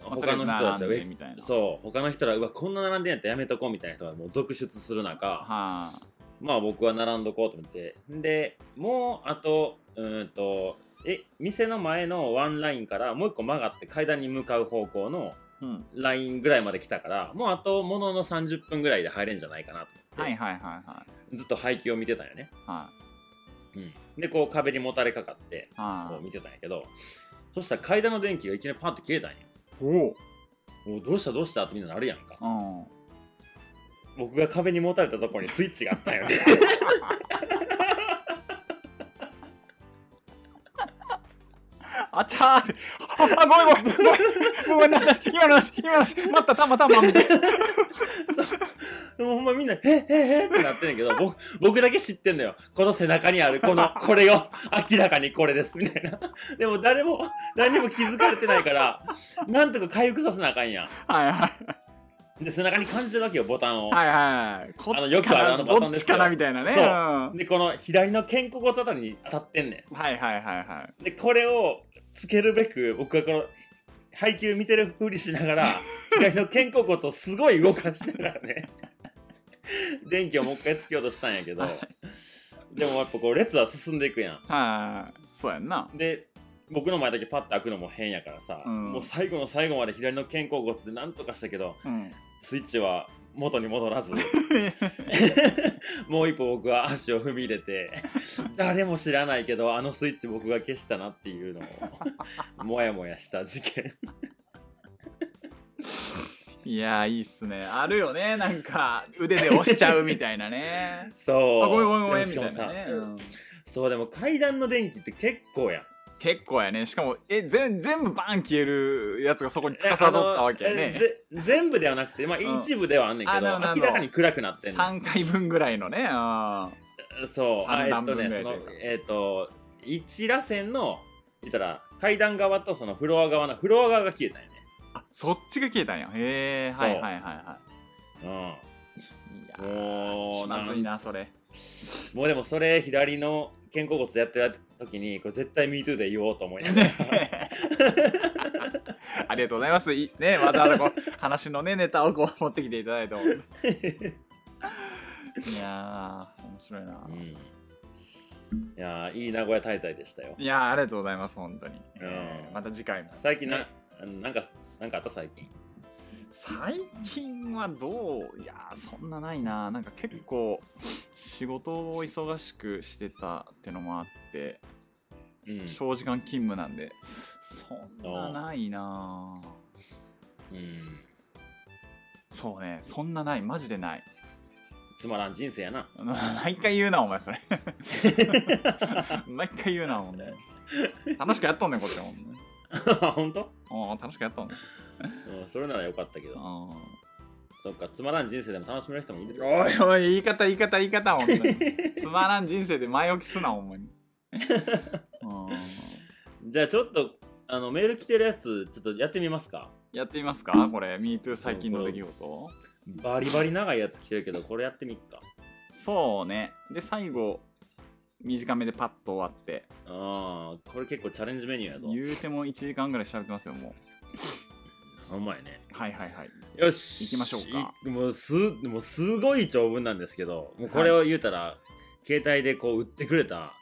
[SPEAKER 2] 他の人たちは
[SPEAKER 1] とりあえず並んで
[SPEAKER 2] 上
[SPEAKER 1] みたいな。う。
[SPEAKER 2] そう他の人らうわこんな並んでんやったらやめとこうみたいな人がもう続出する中
[SPEAKER 1] は
[SPEAKER 2] まあ僕は並んどこうと思ってでもうあとうーんとえ店の前のワンラインからもう一個曲がって階段に向かう方向の
[SPEAKER 1] い。うん。
[SPEAKER 2] ラインぐらいまで来たからもうあとものの30分ぐらいで入れんじゃないかなと思っ
[SPEAKER 1] は
[SPEAKER 2] て、
[SPEAKER 1] いはいはいはい。
[SPEAKER 2] ずっと配球を見てたんよね、
[SPEAKER 1] は
[SPEAKER 2] でこう壁にもたれかかって
[SPEAKER 1] い。は
[SPEAKER 2] こう
[SPEAKER 1] い。
[SPEAKER 2] 見てたんやけどそしたら階段の電気がいきなりパッと消えたんや
[SPEAKER 1] お
[SPEAKER 2] もうどうしたどうしたってみんななるやんか
[SPEAKER 1] お。うん。
[SPEAKER 2] 僕が壁にもたれたところにスイッチがあったんよね
[SPEAKER 1] あちゃーって。あ、ごめんごめん。ごめんごめんなさい。今のなし、今のなし。待った、たまたま。みたいな
[SPEAKER 2] でもほんまみんな「ええええってなってんやけど僕僕だけ知ってんのよこの背中にあるこ のこれを明らかにこれですみたいなでも誰も誰にも気づかれてないからなんとか回復させなあかんやん
[SPEAKER 1] はいはい。
[SPEAKER 2] で背中に感じてるわけよボタンを、
[SPEAKER 1] はいはいはい。こ
[SPEAKER 2] あの
[SPEAKER 1] っ
[SPEAKER 2] よ
[SPEAKER 1] ち
[SPEAKER 2] く
[SPEAKER 1] か
[SPEAKER 2] ある
[SPEAKER 1] な、
[SPEAKER 2] あのボタ
[SPEAKER 1] ど
[SPEAKER 2] ン
[SPEAKER 1] っ
[SPEAKER 2] で
[SPEAKER 1] ち
[SPEAKER 2] すよ
[SPEAKER 1] かなみたいなね。
[SPEAKER 2] そうんでこの左の肩甲骨あたりに当たってんね
[SPEAKER 1] はいはいはいはい。
[SPEAKER 2] んでこれをつけるべく僕はこの配球見てるふりしなが ら左の肩甲骨をすごい動かしながらね 電気をもう一回つけようとしたんやけど
[SPEAKER 1] はい
[SPEAKER 2] でもやっぱこう列は進んでいくや
[SPEAKER 1] はい。そうやんな。
[SPEAKER 2] んで僕の前だけパッと開くのも変やからさ、
[SPEAKER 1] うん
[SPEAKER 2] もう最後の最後まで左の肩甲骨でなんとかしたけど
[SPEAKER 1] うん。
[SPEAKER 2] スイッチは元に 戻らずもう一歩僕は足を踏み入 れて誰も知らないけどあのスイッチ僕が消したなっていうの をもやもやした事件。
[SPEAKER 1] いやー、いいっすね。あるよね。なんか、腕で押しちゃうみたいなね
[SPEAKER 2] そう
[SPEAKER 1] あ、ごめんごめんごめ
[SPEAKER 2] で
[SPEAKER 1] ん。
[SPEAKER 2] も
[SPEAKER 1] み
[SPEAKER 2] しか
[SPEAKER 1] た
[SPEAKER 2] も
[SPEAKER 1] い
[SPEAKER 2] さ
[SPEAKER 1] なね。うん
[SPEAKER 2] そうでも階段の電気って結構やん
[SPEAKER 1] 結構やね。しかも、え、全全部バーン消えるやつがそこに司さどったわけや
[SPEAKER 2] え
[SPEAKER 1] ね。
[SPEAKER 2] ぜ全部ではなくて、まあ、
[SPEAKER 1] うん
[SPEAKER 2] 一部ではあんねんけ
[SPEAKER 1] あ
[SPEAKER 2] ど、
[SPEAKER 1] なるほどなるほど
[SPEAKER 2] 明らかに暗くなってんの
[SPEAKER 1] 3回分ぐらいのね。うん
[SPEAKER 2] そうあ
[SPEAKER 1] 三
[SPEAKER 2] えっ
[SPEAKER 1] 段
[SPEAKER 2] と
[SPEAKER 1] 分ぐらい
[SPEAKER 2] ね
[SPEAKER 1] とい
[SPEAKER 2] そ
[SPEAKER 1] う
[SPEAKER 2] の
[SPEAKER 1] か
[SPEAKER 2] えっと一螺旋の言ったら階段側とそのフロア側のフロア側が消えたんよね
[SPEAKER 1] あ、そっちが消えたんや。へえ、
[SPEAKER 2] そう
[SPEAKER 1] はいはいはいは
[SPEAKER 2] うん
[SPEAKER 1] い。いや
[SPEAKER 2] も
[SPEAKER 1] ー、
[SPEAKER 2] う
[SPEAKER 1] まずいな、それ。
[SPEAKER 2] もうでもそれ左の肩甲骨やってる時にこれ絶対 MeToo で言おうと思いながら
[SPEAKER 1] ねありがとうございます。いね、わざわざこう話のね、ネタをこう持ってきていただいて。 いやー、面白いな
[SPEAKER 2] う。んいやーいい名古屋滞在でしたよ
[SPEAKER 1] いやー、ありがとうございます、本当に。え
[SPEAKER 2] う
[SPEAKER 1] ー
[SPEAKER 2] ん
[SPEAKER 1] また次回も。
[SPEAKER 2] 最近な,、
[SPEAKER 1] ね
[SPEAKER 2] なんかなんかあった最近
[SPEAKER 1] 最近はどういやー、そんなないな。なんか結構、仕事を忙しくしてたってのもあって、
[SPEAKER 2] うん、
[SPEAKER 1] 長時間勤務なんで、そんなないな。
[SPEAKER 2] うん、
[SPEAKER 1] そうね、そんなない、マジでない。
[SPEAKER 2] つまらん人生やな
[SPEAKER 1] 毎回言うなお前そ れ毎回言うなお前楽しくやっとんねんこっちはほんまに
[SPEAKER 2] 本当、
[SPEAKER 1] うん楽しくやっとんねん
[SPEAKER 2] うん、それならよかったけ
[SPEAKER 1] う
[SPEAKER 2] ど
[SPEAKER 1] ん
[SPEAKER 2] そっかつまらん人生でも楽しめる人もいるってこと
[SPEAKER 1] おいおい言い方言い方言い方ほんまに つまらん人生で前置きすなほんま にうん
[SPEAKER 2] じゃあちょっとあのメール来てるやつちょっとやってみますか
[SPEAKER 1] やってみますかこれ MeToo 最近の出来事
[SPEAKER 2] バリバリ長いやつ来てるけどこれやってみっか
[SPEAKER 1] そうねで最後短めでパッと終わって
[SPEAKER 2] ああこれ結構チャレンジメニューやぞ
[SPEAKER 1] 言うても1時間ぐらい喋ってますよも
[SPEAKER 2] うまいね
[SPEAKER 1] うはいはいはい
[SPEAKER 2] よし
[SPEAKER 1] 行きましょうか
[SPEAKER 2] いもうすもうすごい長文なんですけどもうこれを言うたら、携帯でこう売ってくれた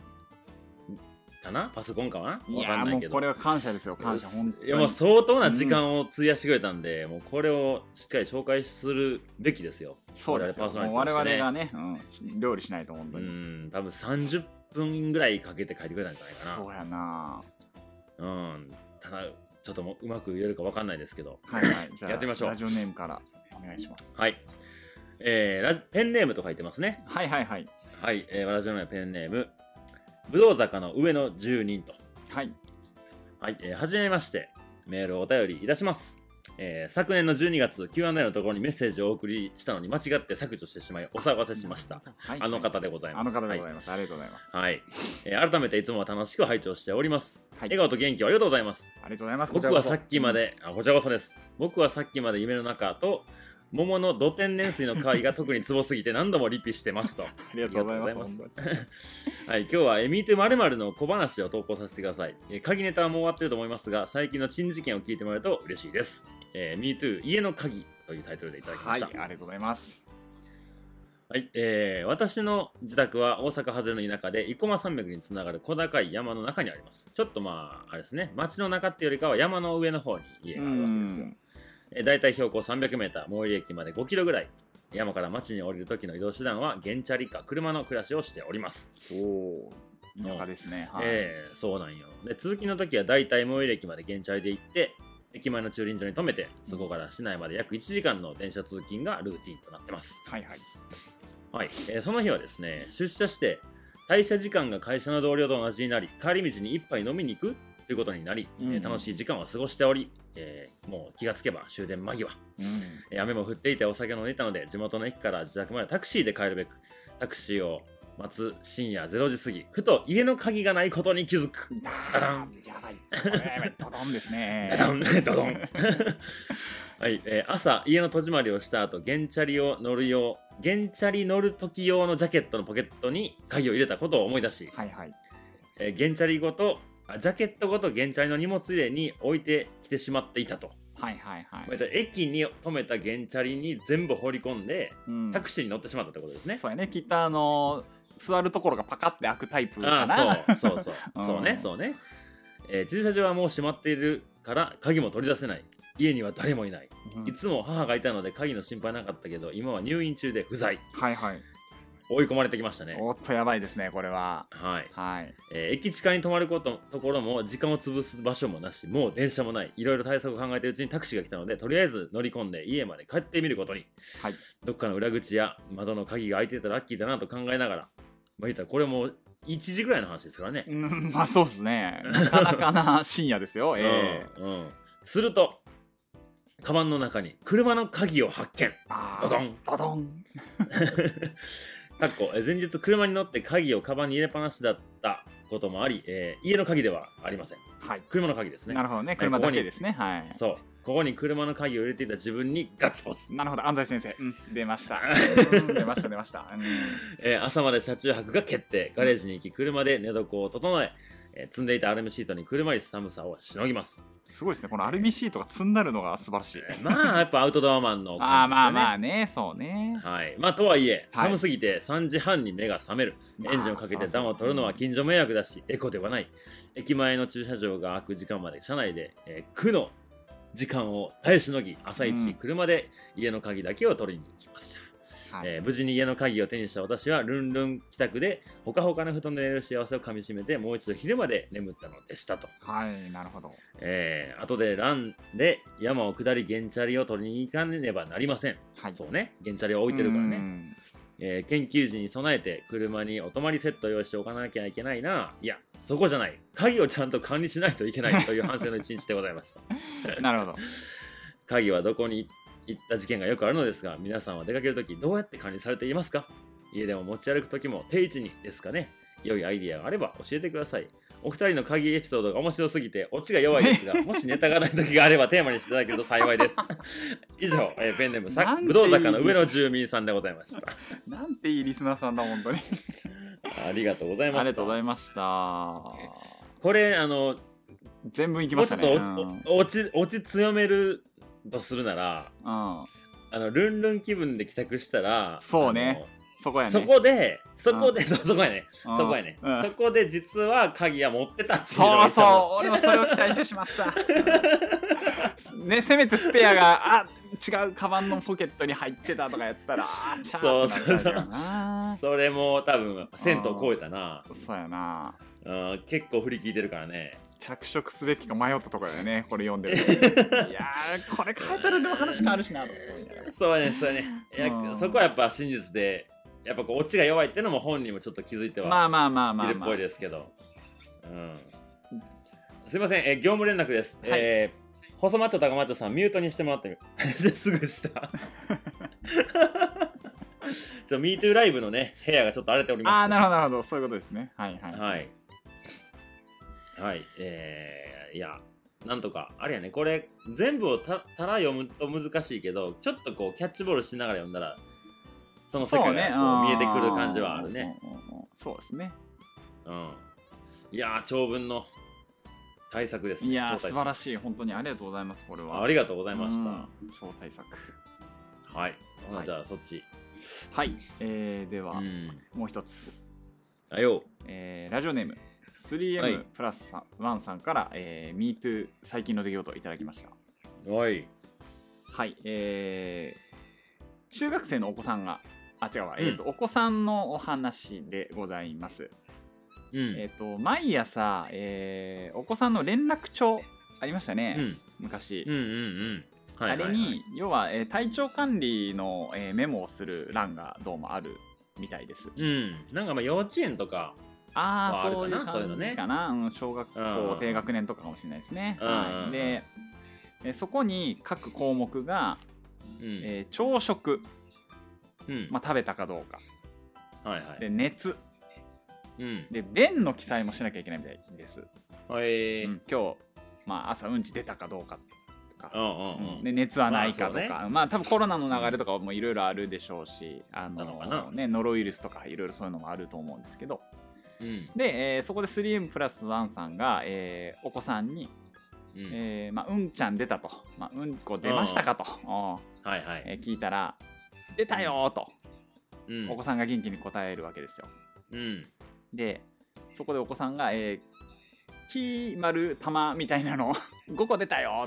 [SPEAKER 2] かなパソコンかないわ
[SPEAKER 1] や
[SPEAKER 2] かんな
[SPEAKER 1] も
[SPEAKER 2] いうけど
[SPEAKER 1] これは感謝ですよ感謝本当
[SPEAKER 2] いやもう相当な時間を費やしてくれたんで、もうこれをしっかり紹介するべきですよ。
[SPEAKER 1] そうですよ
[SPEAKER 2] 我々パーソナリ
[SPEAKER 1] もう
[SPEAKER 2] ティ
[SPEAKER 1] 我
[SPEAKER 2] と
[SPEAKER 1] 々
[SPEAKER 2] してね
[SPEAKER 1] がね、うん、料理しないと本当
[SPEAKER 2] う
[SPEAKER 1] に、
[SPEAKER 2] ん、多分30分ぐらいかけて書いてくれたんじゃないか
[SPEAKER 1] そうやな
[SPEAKER 2] な。うん、ただ、ちょっともううまく言えるかわかんないですけど、
[SPEAKER 1] はいはいじゃあ
[SPEAKER 2] やってみましょう
[SPEAKER 1] ラジオネームからお願いします
[SPEAKER 2] はい。えーラジペンネームと書いてますね。
[SPEAKER 1] はいはいはい
[SPEAKER 2] はい、えー、私のペンネーム、ぶどう坂の上の住人と。
[SPEAKER 1] はい
[SPEAKER 2] はい、えーはじめまして、メールをお便りいたします。えー昨年の12月、Q&A のところにメッセージをお送りしたのに間違って削除してしまい、お騒がせしました。
[SPEAKER 1] はい
[SPEAKER 2] あの方でござい
[SPEAKER 1] あ
[SPEAKER 2] ます。
[SPEAKER 1] の方でご
[SPEAKER 2] は
[SPEAKER 1] ざいます、ありがとうございます
[SPEAKER 2] い、はいえー改めていつもは楽しく拝聴しております。
[SPEAKER 1] はい
[SPEAKER 2] 笑顔と元気をありがとうございます。
[SPEAKER 1] ありがとうございます
[SPEAKER 2] 僕はさっきまで、あこちらこそです。僕はさっきまで夢の中と、桃の土天然水の香りが特にツボすぎて何度もリピしてますと。
[SPEAKER 1] ありがとうございます
[SPEAKER 2] ありがとうございます。はい、今日はえみてまるまるの小話を投稿させてください。えー、鍵ネタはもう終わってると思いますが、最近の珍事件を聞いてもらえると嬉しいです。えー、MeToo 家の鍵というタイトルでいただきま
[SPEAKER 1] は
[SPEAKER 2] し
[SPEAKER 1] い
[SPEAKER 2] た。
[SPEAKER 1] ありがとうございます
[SPEAKER 2] はい、えー私の自宅は大阪外れの田舎で生駒山脈につながる小高い山の中にありますちょっとまああれですね町の中っていうよりかは山の上の方に家
[SPEAKER 1] う
[SPEAKER 2] があるわけですよ
[SPEAKER 1] ん
[SPEAKER 2] えー大体標高 300m 最寄り駅まで 5km ぐらい山から町に降りる時の移動手段は原チャリか車の暮らしをしております、
[SPEAKER 1] おおー田舎ですねはい、
[SPEAKER 2] えーそうなんよで通勤の時は大体最寄り駅まで原チャリで行って駅前の駐輪場に停めてそこから市内まで約1時間の電車通勤がルーティンとなってます
[SPEAKER 1] はいはい
[SPEAKER 2] はい、えーその日はですね出社して退社時間が会社の同僚と同じになり帰り道に一杯飲みに行くということになり、えー
[SPEAKER 1] うんうん
[SPEAKER 2] 楽しい時間は過ごしており、えーもう気がつけば終電間際
[SPEAKER 1] うん
[SPEAKER 2] えー雨も降っていてお酒を飲んでいたので地元の駅から自宅までタクシーで帰るべくタクシーを待つ深夜0時過ぎふと家の鍵がないことに気づく
[SPEAKER 1] ダダンやばいこれやばいドドンですね
[SPEAKER 2] ドドンドドンはい、えー朝家の戸締まりをした後原チャリを乗る用原チャリ乗る時用のジャケットのポケットに鍵を入れたことを思い出し、
[SPEAKER 1] はいはい
[SPEAKER 2] えー原チャリごとあジャケットごと原チャリの荷物入れに置いてきてしまっていたと、
[SPEAKER 1] はいはいは
[SPEAKER 2] ま
[SPEAKER 1] い
[SPEAKER 2] た駅に止めた原チャリに全部放り込んで
[SPEAKER 1] うん
[SPEAKER 2] タクシーに乗ってしまったってことですね、
[SPEAKER 1] そうやねきっとあの座るところがパカって開くタイプか
[SPEAKER 2] あ
[SPEAKER 1] な
[SPEAKER 2] あそうそうそう
[SPEAKER 1] うん
[SPEAKER 2] そうねそうね、えー駐車場はもう閉まっているから鍵も取り出せない家には誰もいない
[SPEAKER 1] うん
[SPEAKER 2] いつも母がいたので鍵の心配なかったけど今は入院中で不在
[SPEAKER 1] はいはい
[SPEAKER 2] 追い込まれてきましたね
[SPEAKER 1] おっとやばいですねこれは
[SPEAKER 2] はい、
[SPEAKER 1] はい
[SPEAKER 2] えー駅近に泊まることところも時間を潰す場所もなしもう電車もないいろいろ対策を考えているうちにタクシーが来たのでとりあえず乗り込んで家まで帰ってみることに、
[SPEAKER 1] はい
[SPEAKER 2] どっかの裏口や窓の鍵が開いてたらラッキーだなと考えながらまあ言ったらこれも1時ぐらいの話ですからね、
[SPEAKER 1] うんまあそうですねなかなかな深夜ですよええ
[SPEAKER 2] うんうんするとカバンの中に車の鍵を発見
[SPEAKER 1] あ
[SPEAKER 2] ドドン
[SPEAKER 1] ドドン
[SPEAKER 2] かっこえ前日車に乗って鍵をカバンに入れっぱなしだったこともあり、えー家の鍵ではありません
[SPEAKER 1] はい
[SPEAKER 2] 車の鍵ですね
[SPEAKER 1] なるほどね車だけですねはい
[SPEAKER 2] そうここに車の鍵を入れていた自分にガッツポーズ、
[SPEAKER 1] なるほど安西先生うん出ま したうん出ました出ましたうん
[SPEAKER 2] えー朝まで車中泊が決定ガレージに行き車で寝床を整ええー積んでいたアルミシートに車に寒さをしのぎます、
[SPEAKER 1] すごいですねこのアルミシートが積んだるのが素晴らしい
[SPEAKER 2] えーまあやっぱアウトドアマンの
[SPEAKER 1] ああまあま
[SPEAKER 2] あ
[SPEAKER 1] あねそうね
[SPEAKER 2] はい、まあとはいえ
[SPEAKER 1] はい
[SPEAKER 2] 寒すぎて3時半に目が覚める、
[SPEAKER 1] まあ
[SPEAKER 2] エンジンをかけて暖を取るのは近所迷惑だし、エコではない。駅前の駐車場が開く時間まで車内で、えー苦の時間を耐えしのぎ、朝
[SPEAKER 1] うん
[SPEAKER 2] 一、車で家の鍵だけを取りに来ました。
[SPEAKER 1] はい
[SPEAKER 2] えー無事に家の鍵を手にした私は、ルンルン帰宅で、ほかほかの布団で寝る幸せをかみしめて、もう一度昼まで眠ったのでしたと。
[SPEAKER 1] はいなるほど
[SPEAKER 2] えー後でランで山を下り、原チャリを取りに行かねばなりません。
[SPEAKER 1] はい
[SPEAKER 2] そうね、原チャリを置いてるからね。
[SPEAKER 1] ね
[SPEAKER 2] えー研究時に備えて車にお泊まりセットを用意しておかなきゃいけないないやそこじゃない鍵をちゃんと管理しないといけないという反省の一日でござい ました
[SPEAKER 1] なるほど
[SPEAKER 2] 鍵はどこに行った事件がよくあるのですが皆さんは出かけるときどうやって管理されていますか家でも持ち歩くときも定位置にですかね良いアイディアがあれば教えてくださいお二人の鍵エピソードが面白すぎてオチが弱いです がもしネタがないときがあればテーマにしていただけると幸いです以上、えーペンネーム
[SPEAKER 1] な
[SPEAKER 2] さ
[SPEAKER 1] んていい
[SPEAKER 2] ぶどう坂の上の住民さんでございました
[SPEAKER 1] なんていいリスナーさんだ本当に
[SPEAKER 2] ありがとうござ
[SPEAKER 1] あ
[SPEAKER 2] い
[SPEAKER 1] り
[SPEAKER 2] ました
[SPEAKER 1] がとうございました
[SPEAKER 2] これあの
[SPEAKER 1] 全部いき
[SPEAKER 2] も
[SPEAKER 1] ま
[SPEAKER 2] う
[SPEAKER 1] し
[SPEAKER 2] ちょ
[SPEAKER 1] た
[SPEAKER 2] っ
[SPEAKER 1] ね
[SPEAKER 2] と
[SPEAKER 1] うん
[SPEAKER 2] お落ち落ち強めるとするなら
[SPEAKER 1] うん
[SPEAKER 2] あのルンルン気分で帰宅したら
[SPEAKER 1] そうね
[SPEAKER 2] あ
[SPEAKER 1] そこやね
[SPEAKER 2] そこで、そこで、 そうそこやね。
[SPEAKER 1] うん
[SPEAKER 2] そこやね
[SPEAKER 1] うん。
[SPEAKER 2] そこで実は鍵は持ってたっていうのが
[SPEAKER 1] そう
[SPEAKER 2] 一番
[SPEAKER 1] そう俺もそれを期待してしまったねせめてスペアがあ違うカバンのポケットに入ってたとかやったらあーちゃ
[SPEAKER 2] そ
[SPEAKER 1] ー
[SPEAKER 2] う
[SPEAKER 1] ってなっちゃうよな
[SPEAKER 2] それも多分、銭湯超えたな。
[SPEAKER 1] そうやな
[SPEAKER 2] うん結構振り聞いてるからね。
[SPEAKER 1] 脚色すべきか迷ったところだよ ねこれ読んでるといやーこれ変えたらでも話変わるしなとか思いながら
[SPEAKER 2] そうやね、そうやね。い
[SPEAKER 1] うん
[SPEAKER 2] やそこはやっぱ真実で、やっぱこう、オチが弱いってのも本人もちょっと気づいては。
[SPEAKER 1] まあまあまあまあ、まあ、
[SPEAKER 2] いるっぽいですけど。うん、すいません、えー業務連絡です。
[SPEAKER 1] はい
[SPEAKER 2] えー細マッチョ高マッチョさん、ミュートにしてもらって みすぐした。 ちょ、MeToo ライブのね、部屋がちょっと荒れておりまし
[SPEAKER 1] あ
[SPEAKER 2] て。
[SPEAKER 1] あなるほどなるほどそういうことですねはいはい、
[SPEAKER 2] はい。はい、えーいや、なんとか、あれやね、これ、全部をたたら読むと難しいけど、ちょっとこう、キャッチボールしながら読んだら、その世界がこう見えてくる感じはあるね。
[SPEAKER 1] うんうんうんうんそうですね
[SPEAKER 2] うん。いやー、長文の対策ですね。
[SPEAKER 1] いやー
[SPEAKER 2] 超
[SPEAKER 1] 素
[SPEAKER 2] 対
[SPEAKER 1] 晴
[SPEAKER 2] 策
[SPEAKER 1] らしい本当にありがとうございますこれは
[SPEAKER 2] ありがとうござい
[SPEAKER 1] が
[SPEAKER 2] ました。
[SPEAKER 1] 超対策
[SPEAKER 2] はい。ほな
[SPEAKER 1] はい
[SPEAKER 2] じゃあ、そっち。
[SPEAKER 1] はい、えー、では、
[SPEAKER 2] うん。
[SPEAKER 1] もう一つ、
[SPEAKER 2] あよ。
[SPEAKER 1] えー、ラジオネーム
[SPEAKER 2] は
[SPEAKER 1] 3M
[SPEAKER 2] い
[SPEAKER 1] プラスさん1さんから、えー、MeToo 最近の出来事をいただきました
[SPEAKER 2] おい。
[SPEAKER 1] はい、えー、中学生のお子さんが、あ、違うわ、
[SPEAKER 2] うん
[SPEAKER 1] えーと、お子さんのお話でございます。
[SPEAKER 2] うん。
[SPEAKER 1] えっ、と、毎朝、えーお子さんの連絡帳ありましたね、
[SPEAKER 2] うん。
[SPEAKER 1] 昔。
[SPEAKER 2] うんうんうん。はいはいはい
[SPEAKER 1] あれに、要は、えー体調管理の、えーメモをする欄がどうもあるみたいです。
[SPEAKER 2] うん。なんかまあ、幼稚園とか、
[SPEAKER 1] ああ、
[SPEAKER 2] ある
[SPEAKER 1] そう
[SPEAKER 2] か
[SPEAKER 1] いう
[SPEAKER 2] なそういうの
[SPEAKER 1] 感
[SPEAKER 2] ね
[SPEAKER 1] じかな。うん、小学校
[SPEAKER 2] うん
[SPEAKER 1] 低学年とかかもしれないですね。
[SPEAKER 2] うん
[SPEAKER 1] はい、で、えーそこに各項目が、
[SPEAKER 2] うん。
[SPEAKER 1] えー朝食、
[SPEAKER 2] うん。
[SPEAKER 1] まあ、食べたかどうか。
[SPEAKER 2] はいは
[SPEAKER 1] で
[SPEAKER 2] い。
[SPEAKER 1] 熱
[SPEAKER 2] うん。
[SPEAKER 1] で便の記載もしなきゃいけないみたいです、
[SPEAKER 2] はい。
[SPEAKER 1] う
[SPEAKER 2] うん
[SPEAKER 1] ん、今日、まあ、朝うんち出たかどうかと
[SPEAKER 2] う
[SPEAKER 1] か、
[SPEAKER 2] んうん。
[SPEAKER 1] で熱はないかとか、
[SPEAKER 2] ま
[SPEAKER 1] まあ多分コロナの流れとかもいろいろあるでしょうし、あ
[SPEAKER 2] なのかな
[SPEAKER 1] のね、ノロウイルスとかいろいろそういうのもあると思うんですけど
[SPEAKER 2] うん。
[SPEAKER 1] で、えーそこで 3M プラスワンさんが、えーお子さんに、
[SPEAKER 2] うん。
[SPEAKER 1] えーまあ、うんちゃん出たと、まあ、うんこ出ましたかと、うん
[SPEAKER 2] はいはい。
[SPEAKER 1] えー聞いたら出たよーと、
[SPEAKER 2] うん。
[SPEAKER 1] お子さんが元気に答えるわけですよ。
[SPEAKER 2] うん。
[SPEAKER 1] でそこでお子さんが「えー、キー丸玉」みたいなの5 個出たよ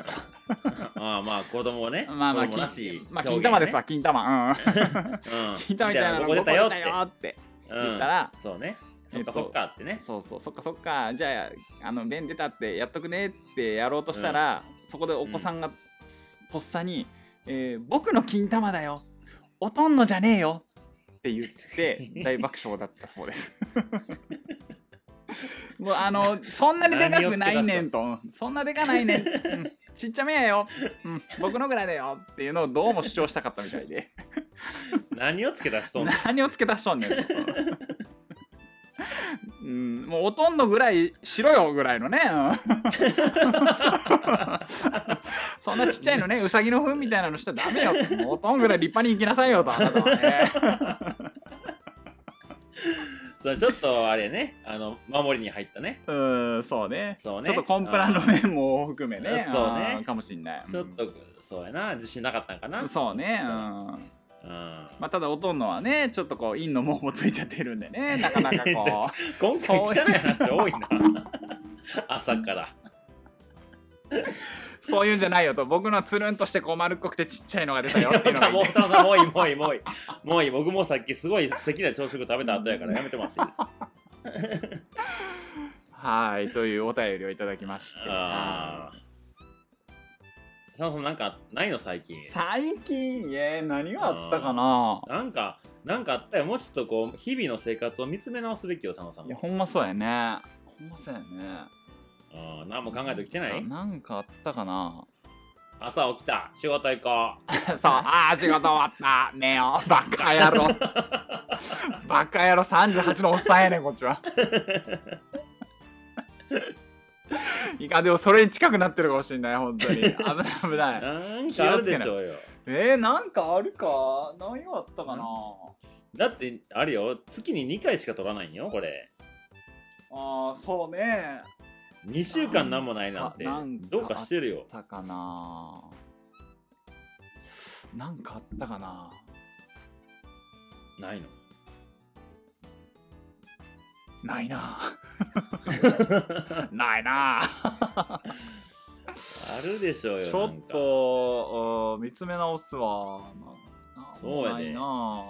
[SPEAKER 2] ああ、まあ、子供ね。
[SPEAKER 1] と まあまあ
[SPEAKER 2] 子供らしい
[SPEAKER 1] 金,、まあ、金玉ですわ。金玉うん
[SPEAKER 2] 表現ねうん。
[SPEAKER 1] 金玉みたいなの
[SPEAKER 2] こ
[SPEAKER 1] 5個
[SPEAKER 2] こ出
[SPEAKER 1] 出
[SPEAKER 2] た
[SPEAKER 1] た
[SPEAKER 2] よ
[SPEAKER 1] よ
[SPEAKER 2] っ。
[SPEAKER 1] ってて
[SPEAKER 2] うん
[SPEAKER 1] 言ったら、
[SPEAKER 2] そうね。そ
[SPEAKER 1] え
[SPEAKER 2] っ
[SPEAKER 1] っ
[SPEAKER 2] か
[SPEAKER 1] と
[SPEAKER 2] そっかってね。
[SPEAKER 1] そうそうそっかそっかじゃああの便出たってやっとくねってやろうとしたら、そこでお子さんがとっさに、えー僕の金玉だよおとんのじゃねえよ」って言 って大爆笑だったそうです もうあのそんなにでかくないねんとうんそんなでかないねん、うんちっちゃめやよ、うん、僕のぐらいだよっていうのをどうも主張したかったみたいで
[SPEAKER 2] 何をつけ出しとんの
[SPEAKER 1] 何をつけ出しとんねん とうん、もうほとんどぐらいしろよぐらいの ね、うんそんなちっちゃいのねうさぎの糞みたいなのしちゃダメよもうほとんどぐらい立派に行きなさいよとあなたはね
[SPEAKER 2] そうちょっとあれね、あの、守りに入ったね。
[SPEAKER 1] うん、そうね。
[SPEAKER 2] そうね
[SPEAKER 1] ちょっとコンプラの面も含めね。
[SPEAKER 2] うんそうね
[SPEAKER 1] んかもしんない。
[SPEAKER 2] ちょっと、そうやな、自信なかったんか
[SPEAKER 1] う
[SPEAKER 2] な。
[SPEAKER 1] ん。そうね。うん。
[SPEAKER 2] うん。
[SPEAKER 1] まあ、ただ、おとんのはね、ちょっとこう、陰の網もついちゃってるんでね、なかな かこう。
[SPEAKER 2] 今回汚い話多いな。朝から。
[SPEAKER 1] そういうんじゃないよと、僕のはつるんとしてこう丸っこくてちっちゃいのが出たよっていうのがいい
[SPEAKER 2] もう
[SPEAKER 1] ね。
[SPEAKER 2] さもういいもういいもういいもういい僕もさっきすごい素敵な朝食食べた後やからやめてもらっていいですか
[SPEAKER 1] はい、というお便りをいただきまして。
[SPEAKER 2] あーそもそもなんかないの最近
[SPEAKER 1] 最近、えー、何があったかな。
[SPEAKER 2] なんかなんかあったよもうちょっとこう日々の生活を見つめ直すべきよ佐野さん
[SPEAKER 1] いや、
[SPEAKER 2] も
[SPEAKER 1] ほんまそうやね。ほんまそうやね。
[SPEAKER 2] うん何も考えてきてない
[SPEAKER 1] なんかあったか な。
[SPEAKER 2] 朝起きた仕事行こう
[SPEAKER 1] そう、ああ、仕事終わった、寝 よう、バカ野郎。バカ野郎、38のおっさんやねん、こっち は。いかんでもそれに近くなってるかもしれない、本 当に。危ない、危ない。
[SPEAKER 2] なんかあるでしょうよ
[SPEAKER 1] えー、なんかあるか何があったかな
[SPEAKER 2] だってあれよ月に2回しか取らないんよこれ
[SPEAKER 1] ああ、そうね。
[SPEAKER 2] 2週間なんもないなんて
[SPEAKER 1] なんか
[SPEAKER 2] どうかしてるよ
[SPEAKER 1] あったかななんかあったかな
[SPEAKER 2] ないの
[SPEAKER 1] ない なないな
[SPEAKER 2] あるでしょうよ
[SPEAKER 1] ちょっ
[SPEAKER 2] なんか
[SPEAKER 1] とうん見つめ直すわ、まあなんも
[SPEAKER 2] そうやで
[SPEAKER 1] ないな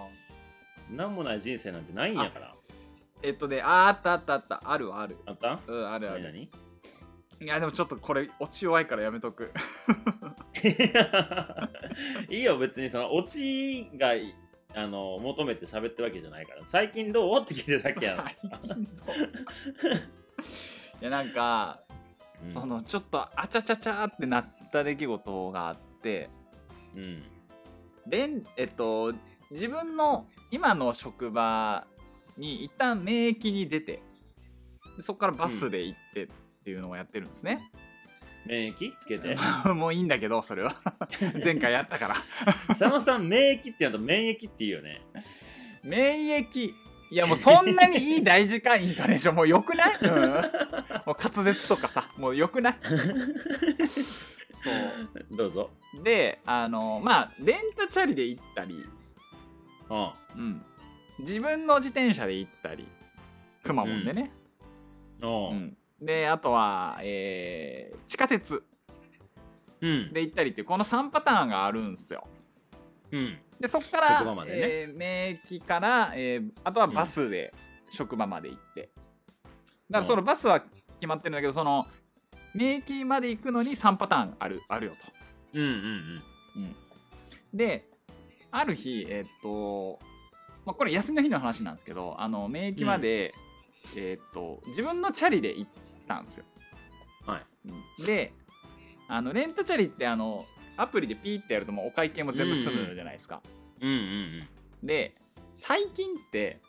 [SPEAKER 2] なんもない人生なんてないんやから
[SPEAKER 1] えっとねああったあったあったあるわある
[SPEAKER 2] あった
[SPEAKER 1] うんあるあ
[SPEAKER 2] 何
[SPEAKER 1] る
[SPEAKER 2] 何
[SPEAKER 1] いやでもちょっとこれ落ち弱いからやめとく
[SPEAKER 2] いいよ別にそのオチがあの求めて喋ってるわけじゃないから最近どうって聞いてるだけや ろ
[SPEAKER 1] はいいやなんか、
[SPEAKER 2] うん
[SPEAKER 1] そのちょっとあちゃちゃちゃってなった出来事があって
[SPEAKER 2] うん
[SPEAKER 1] れんえっと自分の今の職場に一旦免疫に出てでそこからバスで行ってっていうのをやってるんですね、
[SPEAKER 2] 免疫つけて
[SPEAKER 1] もういいんだけどそれ は前回やったから
[SPEAKER 2] 佐野さん免疫ってやると免疫って言うよね
[SPEAKER 1] 免疫いやもうそんなにいい大事かインカネーションもうよくない、うん、もう滑舌とかさもうよ くないそ
[SPEAKER 2] どうぞ
[SPEAKER 1] うであのまあレンタチャリで行ったり、
[SPEAKER 2] うん
[SPEAKER 1] うん、自分の自転車で行ったりくまモンでね、
[SPEAKER 2] おう
[SPEAKER 1] うんであとは、えー地下鉄
[SPEAKER 2] うん
[SPEAKER 1] で行ったりっていうこの3パターンがあるんですよ
[SPEAKER 2] うん
[SPEAKER 1] でそこから
[SPEAKER 2] 職場までね
[SPEAKER 1] えー免疫から、えーあとはバスで職場まで行って、だからそのバスは決まってるんだけどその免疫まで行くのに3パターンあるあるよと
[SPEAKER 2] うんうん
[SPEAKER 1] である日えーっと、まあ、これ休みの日の話なんですけどあの免疫まで、えーっと自分のチャリで行ったんですよ
[SPEAKER 2] うんはい
[SPEAKER 1] うんであのレンタチャリってあのアプリでピーってやるともうお会計も全部済むじゃないですか、
[SPEAKER 2] うんうん
[SPEAKER 1] で最近って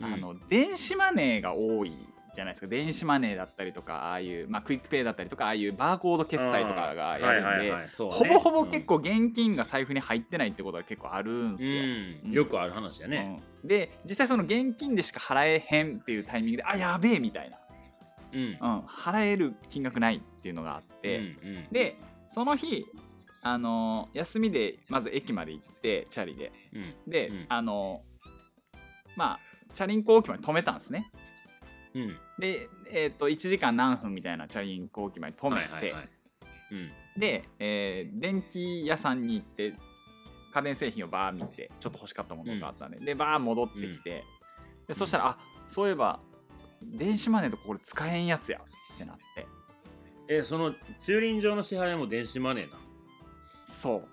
[SPEAKER 2] うん
[SPEAKER 1] あの、電子マネーが多いじゃないですか電子マネーだったりとかああいう、まあ、クイックペイだったりとかああいうバーコード決済とかがやるんで、
[SPEAKER 2] はいはいはいそうね
[SPEAKER 1] ほぼほぼ結構現金が財布に入ってないってことが結構あるん
[SPEAKER 2] う
[SPEAKER 1] ですよ、
[SPEAKER 2] ん、
[SPEAKER 1] う
[SPEAKER 2] うんん、よくある話やね
[SPEAKER 1] うんで実際その現金でしか払えへんっていうタイミングであやべえみたいな、
[SPEAKER 2] うん、うん
[SPEAKER 1] うん、払える金額ないっていうのがあって、
[SPEAKER 2] うん
[SPEAKER 1] でその日あの休みでまず駅まで行ってチャリで
[SPEAKER 2] うん
[SPEAKER 1] で、
[SPEAKER 2] うん
[SPEAKER 1] あのまあチャリンコ置き場に止めたんですね
[SPEAKER 2] うん
[SPEAKER 1] で、えっと1時間何分みたいなチャリンコ置き場に止めて、
[SPEAKER 2] はいはいはいうん
[SPEAKER 1] で、えー電気屋さんに行って家電製品をバー見てちょっと欲しかったものがあったんで、でバー戻ってきて、でそしたらあそういえば電子マネーとかこれ使えんやつやってなって
[SPEAKER 2] えその駐輪場の支払いも電子マネーなの
[SPEAKER 1] そう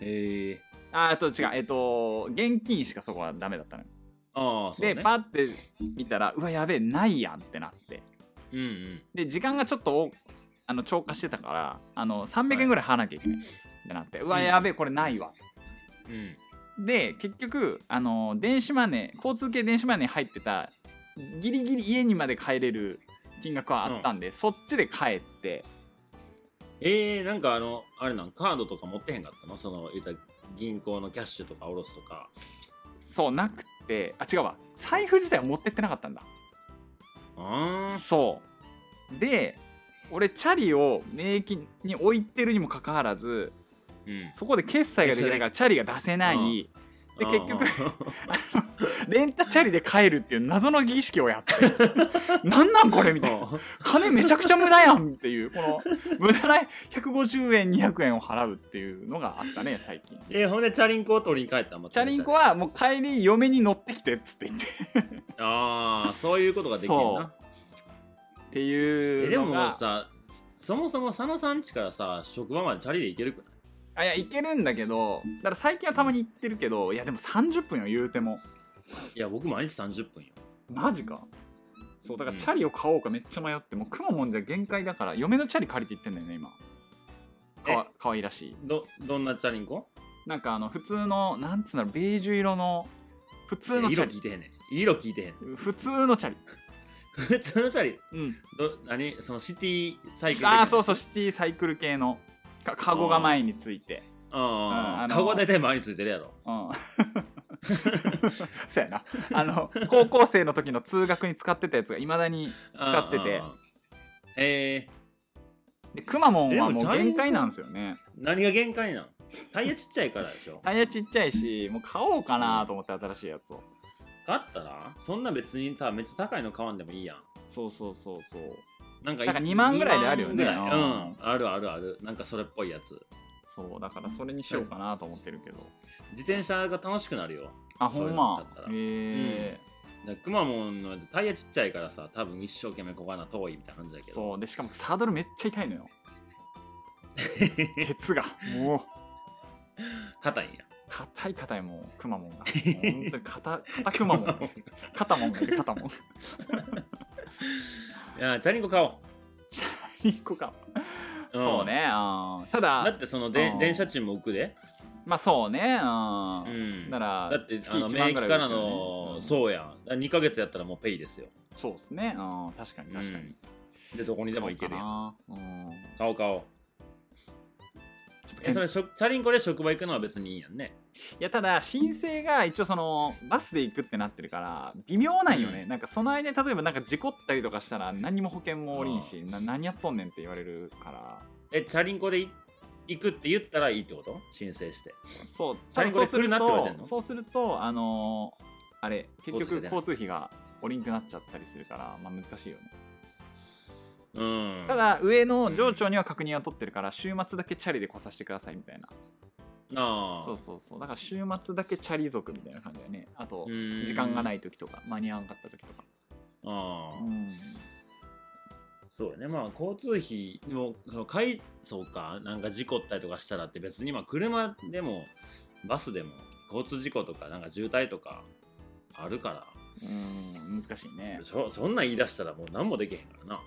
[SPEAKER 2] へえ
[SPEAKER 1] ああと違うえっ、と現金しかそこはダメだったのよ
[SPEAKER 2] ああそう
[SPEAKER 1] で、
[SPEAKER 2] ね
[SPEAKER 1] パッて見たらうわやべえないやんってなって
[SPEAKER 2] うんうん
[SPEAKER 1] で時間がちょっとおあの超過してたからあの300円ぐらい払わなきゃいけないってなって、うわ
[SPEAKER 2] うん
[SPEAKER 1] やべえこれないわ
[SPEAKER 2] うん
[SPEAKER 1] で結局あの電子マネー交通系電子マネー入ってたギリギリ家にまで帰れる金額はあったんで、そっちで帰って
[SPEAKER 2] えー、なんかあのあれなんカードとか持ってへんかったのその言ったら銀行のキャッシュとかおろすとか
[SPEAKER 1] そうなくてあ違うわ財布自体は持ってってなかったんだ
[SPEAKER 2] あ
[SPEAKER 1] そうで俺チャリを免疫に置いてるにもかかわらず
[SPEAKER 2] ーうん
[SPEAKER 1] そこで決済ができないからチャリが出せない、
[SPEAKER 2] うん
[SPEAKER 1] で
[SPEAKER 2] あ
[SPEAKER 1] 結
[SPEAKER 2] ー
[SPEAKER 1] 局レンタチャリで帰るっていう謎の儀式をやって なんなんこれみたいな
[SPEAKER 2] あ
[SPEAKER 1] 金めちゃくちゃ無駄やんっていうこの無駄な150円200円を払うっていうのがあったね最近
[SPEAKER 2] えー、ほんでチャリンコを取りに帰ったん
[SPEAKER 1] チャリンコはもう帰り嫁に乗ってきてっつって言って
[SPEAKER 2] ああそういうことができる
[SPEAKER 1] そう
[SPEAKER 2] な
[SPEAKER 1] って
[SPEAKER 2] え
[SPEAKER 1] いう
[SPEAKER 2] でも
[SPEAKER 1] の
[SPEAKER 2] もう
[SPEAKER 1] が
[SPEAKER 2] さそもそも佐野さん家からさ職場までチャリで行けるくない
[SPEAKER 1] あいや行けるんだけどだから最近はたまに行ってるけどいやでも30分よ言うても
[SPEAKER 2] いや僕毎日30分よ
[SPEAKER 1] マジかそうだからチャリを買おうかめっちゃ迷ってもうくまモンじゃ限界だから嫁のチャリ借りて行ってんだよね今かわかわいらしい
[SPEAKER 2] どどんなチャリンコ
[SPEAKER 1] なんかあの普通のなんつうんだろうベージュ色の普通の
[SPEAKER 2] い
[SPEAKER 1] チ
[SPEAKER 2] や
[SPEAKER 1] ャ
[SPEAKER 2] 色聞い
[SPEAKER 1] リ
[SPEAKER 2] てへんねん色聞いてへん
[SPEAKER 1] 普通のチャリ
[SPEAKER 2] 普通のチャリ
[SPEAKER 1] うん
[SPEAKER 2] ど何そのシティサイクル的な
[SPEAKER 1] ああそうそうシティサイクル系のかカゴが前についてうん
[SPEAKER 2] あ
[SPEAKER 1] あ
[SPEAKER 2] あ
[SPEAKER 1] の
[SPEAKER 2] カゴは大体周りについてるやろ
[SPEAKER 1] うん そうやなあの高校生の時の通学に使ってたやつがいまだに使ってて
[SPEAKER 2] あーえ
[SPEAKER 1] でくまモンはもう
[SPEAKER 2] でもチャリンコ
[SPEAKER 1] 限界なんですよね
[SPEAKER 2] ー、何が限界なんタイヤちっちゃいからでしょ
[SPEAKER 1] タイヤちっちゃいしもう買おうかなと思って新しいやつを
[SPEAKER 2] かったらそんな別にさめっちゃ高いの買わんでもいいやん
[SPEAKER 1] そうそうそうそう
[SPEAKER 2] なんか
[SPEAKER 1] なんか2万ぐらいであるよね
[SPEAKER 2] 2万ぐらい
[SPEAKER 1] うん
[SPEAKER 2] うんあるあるあるなんかそれっぽいやつ
[SPEAKER 1] そうだからそれにしようかなと思ってるけど
[SPEAKER 2] 自転車が楽しくなるよ
[SPEAKER 1] あ
[SPEAKER 2] そう
[SPEAKER 1] ほ
[SPEAKER 2] いうんの
[SPEAKER 1] ま
[SPEAKER 2] だったら
[SPEAKER 1] え
[SPEAKER 2] でくまモンのタイヤちっちゃいからさ多分一生懸命こがな遠いみたいな感じだ
[SPEAKER 1] ー
[SPEAKER 2] けど
[SPEAKER 1] そうでしかもサドルめっちゃ痛いの よケツがもう
[SPEAKER 2] 硬いんや
[SPEAKER 1] 硬い硬いもうくまモンがもう本当に硬硬くまモン肩もんが肩 もん
[SPEAKER 2] いやチャリンコ買おう
[SPEAKER 1] 一個か、
[SPEAKER 2] うん
[SPEAKER 1] そうねうんた
[SPEAKER 2] だ
[SPEAKER 1] だ
[SPEAKER 2] ってそので
[SPEAKER 1] うん
[SPEAKER 2] 電車賃も浮くで
[SPEAKER 1] まあそうねう
[SPEAKER 2] うんん
[SPEAKER 1] なら
[SPEAKER 2] だって
[SPEAKER 1] 月
[SPEAKER 2] あの
[SPEAKER 1] 1
[SPEAKER 2] 免
[SPEAKER 1] 万
[SPEAKER 2] 疫
[SPEAKER 1] ぐらい
[SPEAKER 2] から
[SPEAKER 1] ですよね
[SPEAKER 2] の、
[SPEAKER 1] うん
[SPEAKER 2] そうやん2ヶ月やったらもうペイですよ
[SPEAKER 1] そうですねうん確かに確かに、
[SPEAKER 2] うんでどこにでも行けるやん
[SPEAKER 1] なうん
[SPEAKER 2] 買おう買おう
[SPEAKER 1] ちょっと
[SPEAKER 2] えそれしょチャリンコで職場行くのは別にいいやんね
[SPEAKER 1] いやただ申請が一応そのバスで行くってなってるから微妙なんよね、
[SPEAKER 2] う
[SPEAKER 1] なんかその間例えばなんか事故ったりとかしたら何も保険もおりんしな何やっとんねんって言われるから
[SPEAKER 2] えチャリンコでい行くって言ったらいいってこと申請して
[SPEAKER 1] そう
[SPEAKER 2] チャリンコで来るなって言われてんの
[SPEAKER 1] そうするとあのーあれ結局
[SPEAKER 2] 交通費で
[SPEAKER 1] 交通費がおりんくなっちゃったりするから、まあ、難しいよね
[SPEAKER 2] うん
[SPEAKER 1] ただ上の上長には確認は取ってるから週末だけチャリで来させてくださいみたいな
[SPEAKER 2] あ
[SPEAKER 1] そうそうそうだから週末だけチャリ族みたいな感じだよねあと
[SPEAKER 2] うん
[SPEAKER 1] 時間がない時とか間に合わんかった時とか
[SPEAKER 2] ああ、
[SPEAKER 1] うん
[SPEAKER 2] そうやねまあ交通費でもそのいそうかなんか事故ったりとかしたらって別にまあ車でもバスでも交通事故とかなんか渋滞とかあるか
[SPEAKER 1] うん難しいね
[SPEAKER 2] らそそんなん言い出したらもう何もできへんからな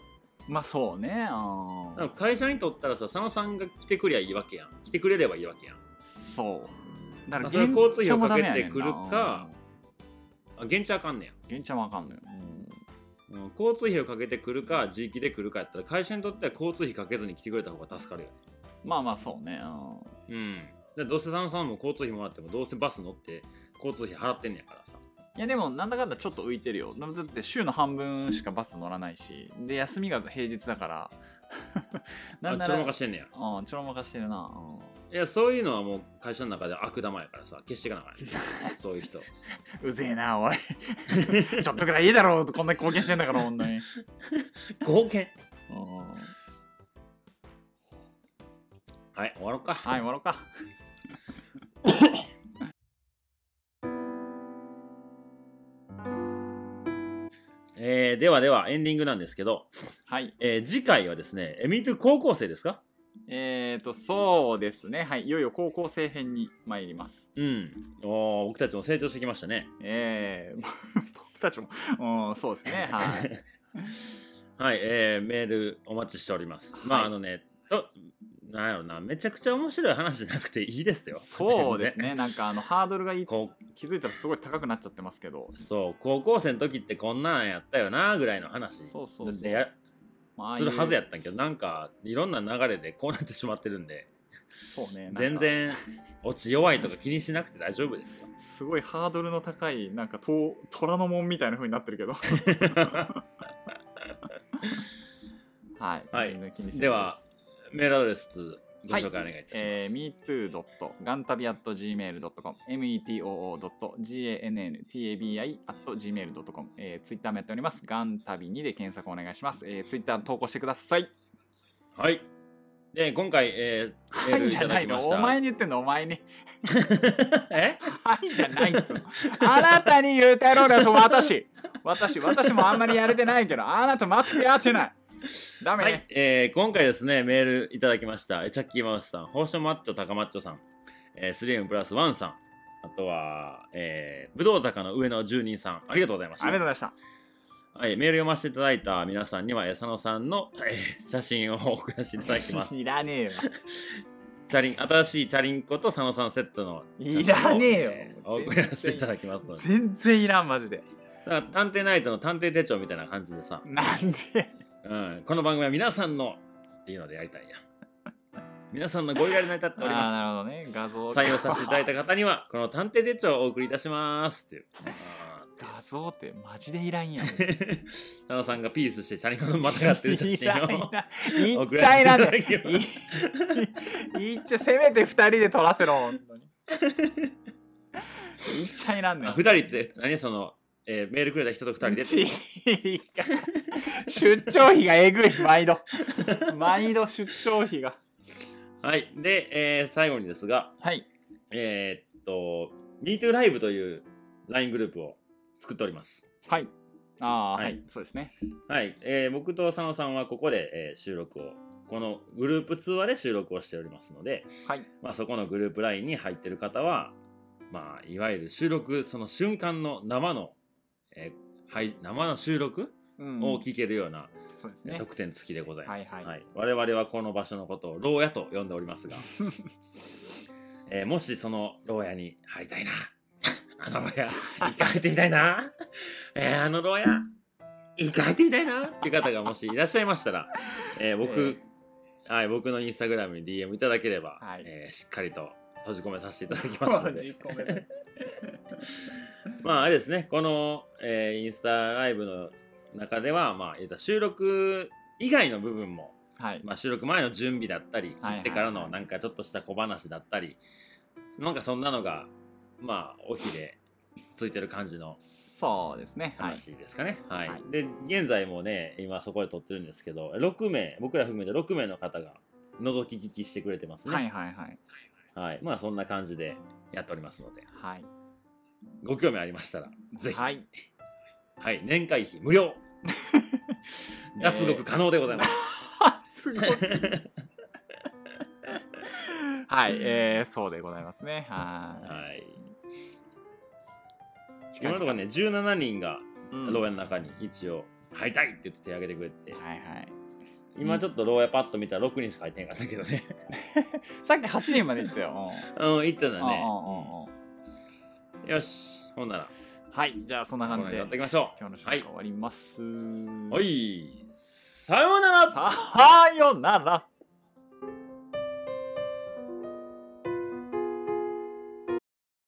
[SPEAKER 1] まあそうねあ
[SPEAKER 2] なんか会社にとったらさ佐野さんが来てくりゃいいわけやん来てくれればいいわけやん
[SPEAKER 1] そうだ
[SPEAKER 2] まあそれは交通費をかけて
[SPEAKER 1] 現地は
[SPEAKER 2] くる
[SPEAKER 1] ダメやねんな
[SPEAKER 2] かあ現地あかんねや
[SPEAKER 1] うん現地はわかんないよ、
[SPEAKER 2] うん交通費をかけてくるか自力で来るかやったら会社にとっては交通費かけずに来てくれた方が助かるよね
[SPEAKER 1] うんまあまあそうねうん
[SPEAKER 2] うんでどうせ佐野さんも交通費もらってもどうせバス乗って交通費払ってんねやからさ
[SPEAKER 1] いやでもなんだかんだちょっと浮いてるよだって週の半分しかバス乗らないしで休みが平日だから
[SPEAKER 2] あ
[SPEAKER 1] なんな
[SPEAKER 2] ちょ
[SPEAKER 1] ら
[SPEAKER 2] ろまかしてんねや
[SPEAKER 1] うんちょろまかしてるな、うん
[SPEAKER 2] いやそういうのはもう会社の中で悪玉やからさ消していかなあかんね そういう人
[SPEAKER 1] うぜえな、おい。 ちょっとくらいいいだろう、こんなに貢献してんだから、ほんとに。
[SPEAKER 2] 合計
[SPEAKER 1] うん
[SPEAKER 2] はい終わろうか
[SPEAKER 1] はい、終わろうか。
[SPEAKER 2] えーではではエンディングなんですけど、
[SPEAKER 1] はい。
[SPEAKER 2] えー次回はですねえみトゥ高校生ですか
[SPEAKER 1] えーと、そうですね。はい。いよいよ高校生編に参ります。
[SPEAKER 2] うんおー僕たちも成長してきましたね
[SPEAKER 1] えー、僕たちも、うん、そうです ね。はい。
[SPEAKER 2] はい、えーメールお待ちしております。まあ、
[SPEAKER 1] はい
[SPEAKER 2] あのね、と、なんやろな、めちゃくちゃ面白い話じゃなくていいですよ。
[SPEAKER 1] そうです
[SPEAKER 2] 全然。
[SPEAKER 1] ね。なんか、あの、ハードルがいい
[SPEAKER 2] こ
[SPEAKER 1] 気づいたらすごい高くなっちゃってますけど。
[SPEAKER 2] そう、高校生の時ってこんなんやったよな、ぐらいの話
[SPEAKER 1] そうそうそう
[SPEAKER 2] でや
[SPEAKER 1] まあああい
[SPEAKER 2] す
[SPEAKER 1] う
[SPEAKER 2] るはずやったんやけど、なんか、いろんな流れでこうなってしまってるんで、
[SPEAKER 1] そうね。なんか
[SPEAKER 2] 全。然、落ち弱いとか気にしなくて大丈夫ですよ。
[SPEAKER 1] すごいハードルの高い、なんか、と虎の門みたいな風になってる けど。 はい。
[SPEAKER 2] はい
[SPEAKER 1] 全然気にせずす
[SPEAKER 2] では、メールアドレス、ご紹介お願いいたします。
[SPEAKER 1] えー、metoo.gantabi.gmail.com metoo.gantabi.gmail.com、えー、ツイッターもやっております。ガンタビ2で検索お願いします。えー、ツイッター投稿してください。
[SPEAKER 2] はい。で、今回、えー、メ
[SPEAKER 1] は
[SPEAKER 2] ール
[SPEAKER 1] い
[SPEAKER 2] い
[SPEAKER 1] じゃ
[SPEAKER 2] た
[SPEAKER 1] な
[SPEAKER 2] だき
[SPEAKER 1] い
[SPEAKER 2] ま
[SPEAKER 1] の。
[SPEAKER 2] し
[SPEAKER 1] お
[SPEAKER 2] た。
[SPEAKER 1] 前に言ってんの、お前に。
[SPEAKER 2] え
[SPEAKER 1] はいじゃないっつうの。あなたに言うてるんです、私。私、私もあんまりやれてないけど、あなた全くやってない。ダメ
[SPEAKER 2] は
[SPEAKER 1] ね。
[SPEAKER 2] い、えー今回ですね、メールいただきました、えチャッキーマウスさん、ホーショマッチョ、タカマッチョさん、えー、スリムプラスワンさん、あとは、えー、武道坂の上の住人さん、ありがとうございまし
[SPEAKER 1] ありがとう
[SPEAKER 2] た。
[SPEAKER 1] ございました。。
[SPEAKER 2] はい、メール読ませていただいた皆さんには、えー佐野さんの、えー写真を送らせていただきます
[SPEAKER 1] いらねえよ。
[SPEAKER 2] チャリン、新しいチャリンコと佐野さんセットの写真を
[SPEAKER 1] いらねえよ
[SPEAKER 2] ー送らせていただきますので。
[SPEAKER 1] 全然いらん、マジで。
[SPEAKER 2] だから探偵ナイトの探偵手帳みたいな感じでさ、
[SPEAKER 1] なんで
[SPEAKER 2] うん、この番組は皆さんのっていうのでやりたいんや。皆さんのご依頼に成り立っております。
[SPEAKER 1] あーなるほどね。画像。
[SPEAKER 2] 採用させていただいた方にはこの探偵手帳をお送りいたしますっていうあ
[SPEAKER 1] 画像ってマジでいらんやん。
[SPEAKER 2] ー佐野さんがピースしてチャリンコのまたがってる写真
[SPEAKER 1] い らんい
[SPEAKER 2] を
[SPEAKER 1] らんいっ
[SPEAKER 2] 送
[SPEAKER 1] ちゃいら
[SPEAKER 2] ら
[SPEAKER 1] んね
[SPEAKER 2] せていただきます
[SPEAKER 1] いいいっちゃせめて二人で撮らせろ。本当にいっちゃいらんね
[SPEAKER 2] あ
[SPEAKER 1] ん。
[SPEAKER 2] 二人って何そのえーメールくれた人と二人で
[SPEAKER 1] ち出張費がえぐい、毎度。毎度出張費が。
[SPEAKER 2] はい。で、えー最後にですが、
[SPEAKER 1] はい。
[SPEAKER 2] えーっと、MeToo ライブという LINE グループを作っております。
[SPEAKER 1] はい。ああ、はい、
[SPEAKER 2] はい
[SPEAKER 1] そうですね。
[SPEAKER 2] はい。えー僕と佐野さんはここで、えー収録を、このグループ通話で収録をしておりますので、
[SPEAKER 1] はい。
[SPEAKER 2] まあ、そこのグループ LINE に入ってる方は、まあ、いわゆる収録、その瞬間の生の、えーはい、生の収録
[SPEAKER 1] うん
[SPEAKER 2] を聞けるような、
[SPEAKER 1] そうですね。
[SPEAKER 2] 特典付きでございます、
[SPEAKER 1] はいはい
[SPEAKER 2] 我々はこの場所のことを牢屋と呼んでおり ますが、えーもしその牢屋に入りたいな あの牢屋一回入ってみたいな、 えーあの牢屋一回入ってみたいなっていう方がもしいらっしゃいましたら、 えー僕、はい、僕のインスタグラムに DM いただければ、
[SPEAKER 1] はい
[SPEAKER 2] えーしっかりと閉じ込めさせていただ きますので
[SPEAKER 1] 10個目
[SPEAKER 2] まああれですねこの、えーインスタライブの中では、まあ、言うたら収録以外の部分も
[SPEAKER 1] はい。
[SPEAKER 2] まあ、収録前の準備だったり
[SPEAKER 1] はい
[SPEAKER 2] 切ってから
[SPEAKER 1] は
[SPEAKER 2] の
[SPEAKER 1] い
[SPEAKER 2] なんかちょっとした小話だったり、なんかそんなのがまあおひれついてる感じの
[SPEAKER 1] そうですね。はい。
[SPEAKER 2] 話ですかね、はい
[SPEAKER 1] はい
[SPEAKER 2] で現在もね今そこで撮ってるんですけど6名僕ら含めて6名の方が覗き聞きしてくれてますね
[SPEAKER 1] はいはいはい。
[SPEAKER 2] はいまあそんな感じでやっておりますので
[SPEAKER 1] はい。
[SPEAKER 2] ご興味ありましたらぜひは、
[SPEAKER 1] はい い。
[SPEAKER 2] 年会費無 料脱獄可能でございま
[SPEAKER 1] す
[SPEAKER 2] す、
[SPEAKER 1] ごい。 はい、えー、そうでございますね。は
[SPEAKER 2] はい
[SPEAKER 1] い。
[SPEAKER 2] 今のところね17人が
[SPEAKER 1] うん、
[SPEAKER 2] 牢屋の中に一応入りたいって言って手挙げてくれて、
[SPEAKER 1] はいはい。
[SPEAKER 2] 今ちょっと牢屋パッと見たら6人しか入ってへんかったけどね
[SPEAKER 1] さっき8人まで行ったよ。
[SPEAKER 2] うん行ったん
[SPEAKER 1] う
[SPEAKER 2] だ
[SPEAKER 1] んうん
[SPEAKER 2] ね
[SPEAKER 1] うんうん
[SPEAKER 2] よしほんなら
[SPEAKER 1] はい、じゃあそんな
[SPEAKER 2] この
[SPEAKER 1] 感じ
[SPEAKER 2] 辺で
[SPEAKER 1] で
[SPEAKER 2] やっていきましょ
[SPEAKER 1] 今日の
[SPEAKER 2] う
[SPEAKER 1] 収
[SPEAKER 2] は
[SPEAKER 1] 録
[SPEAKER 2] い
[SPEAKER 1] 終わります。
[SPEAKER 2] はいさようなら
[SPEAKER 1] さよなら。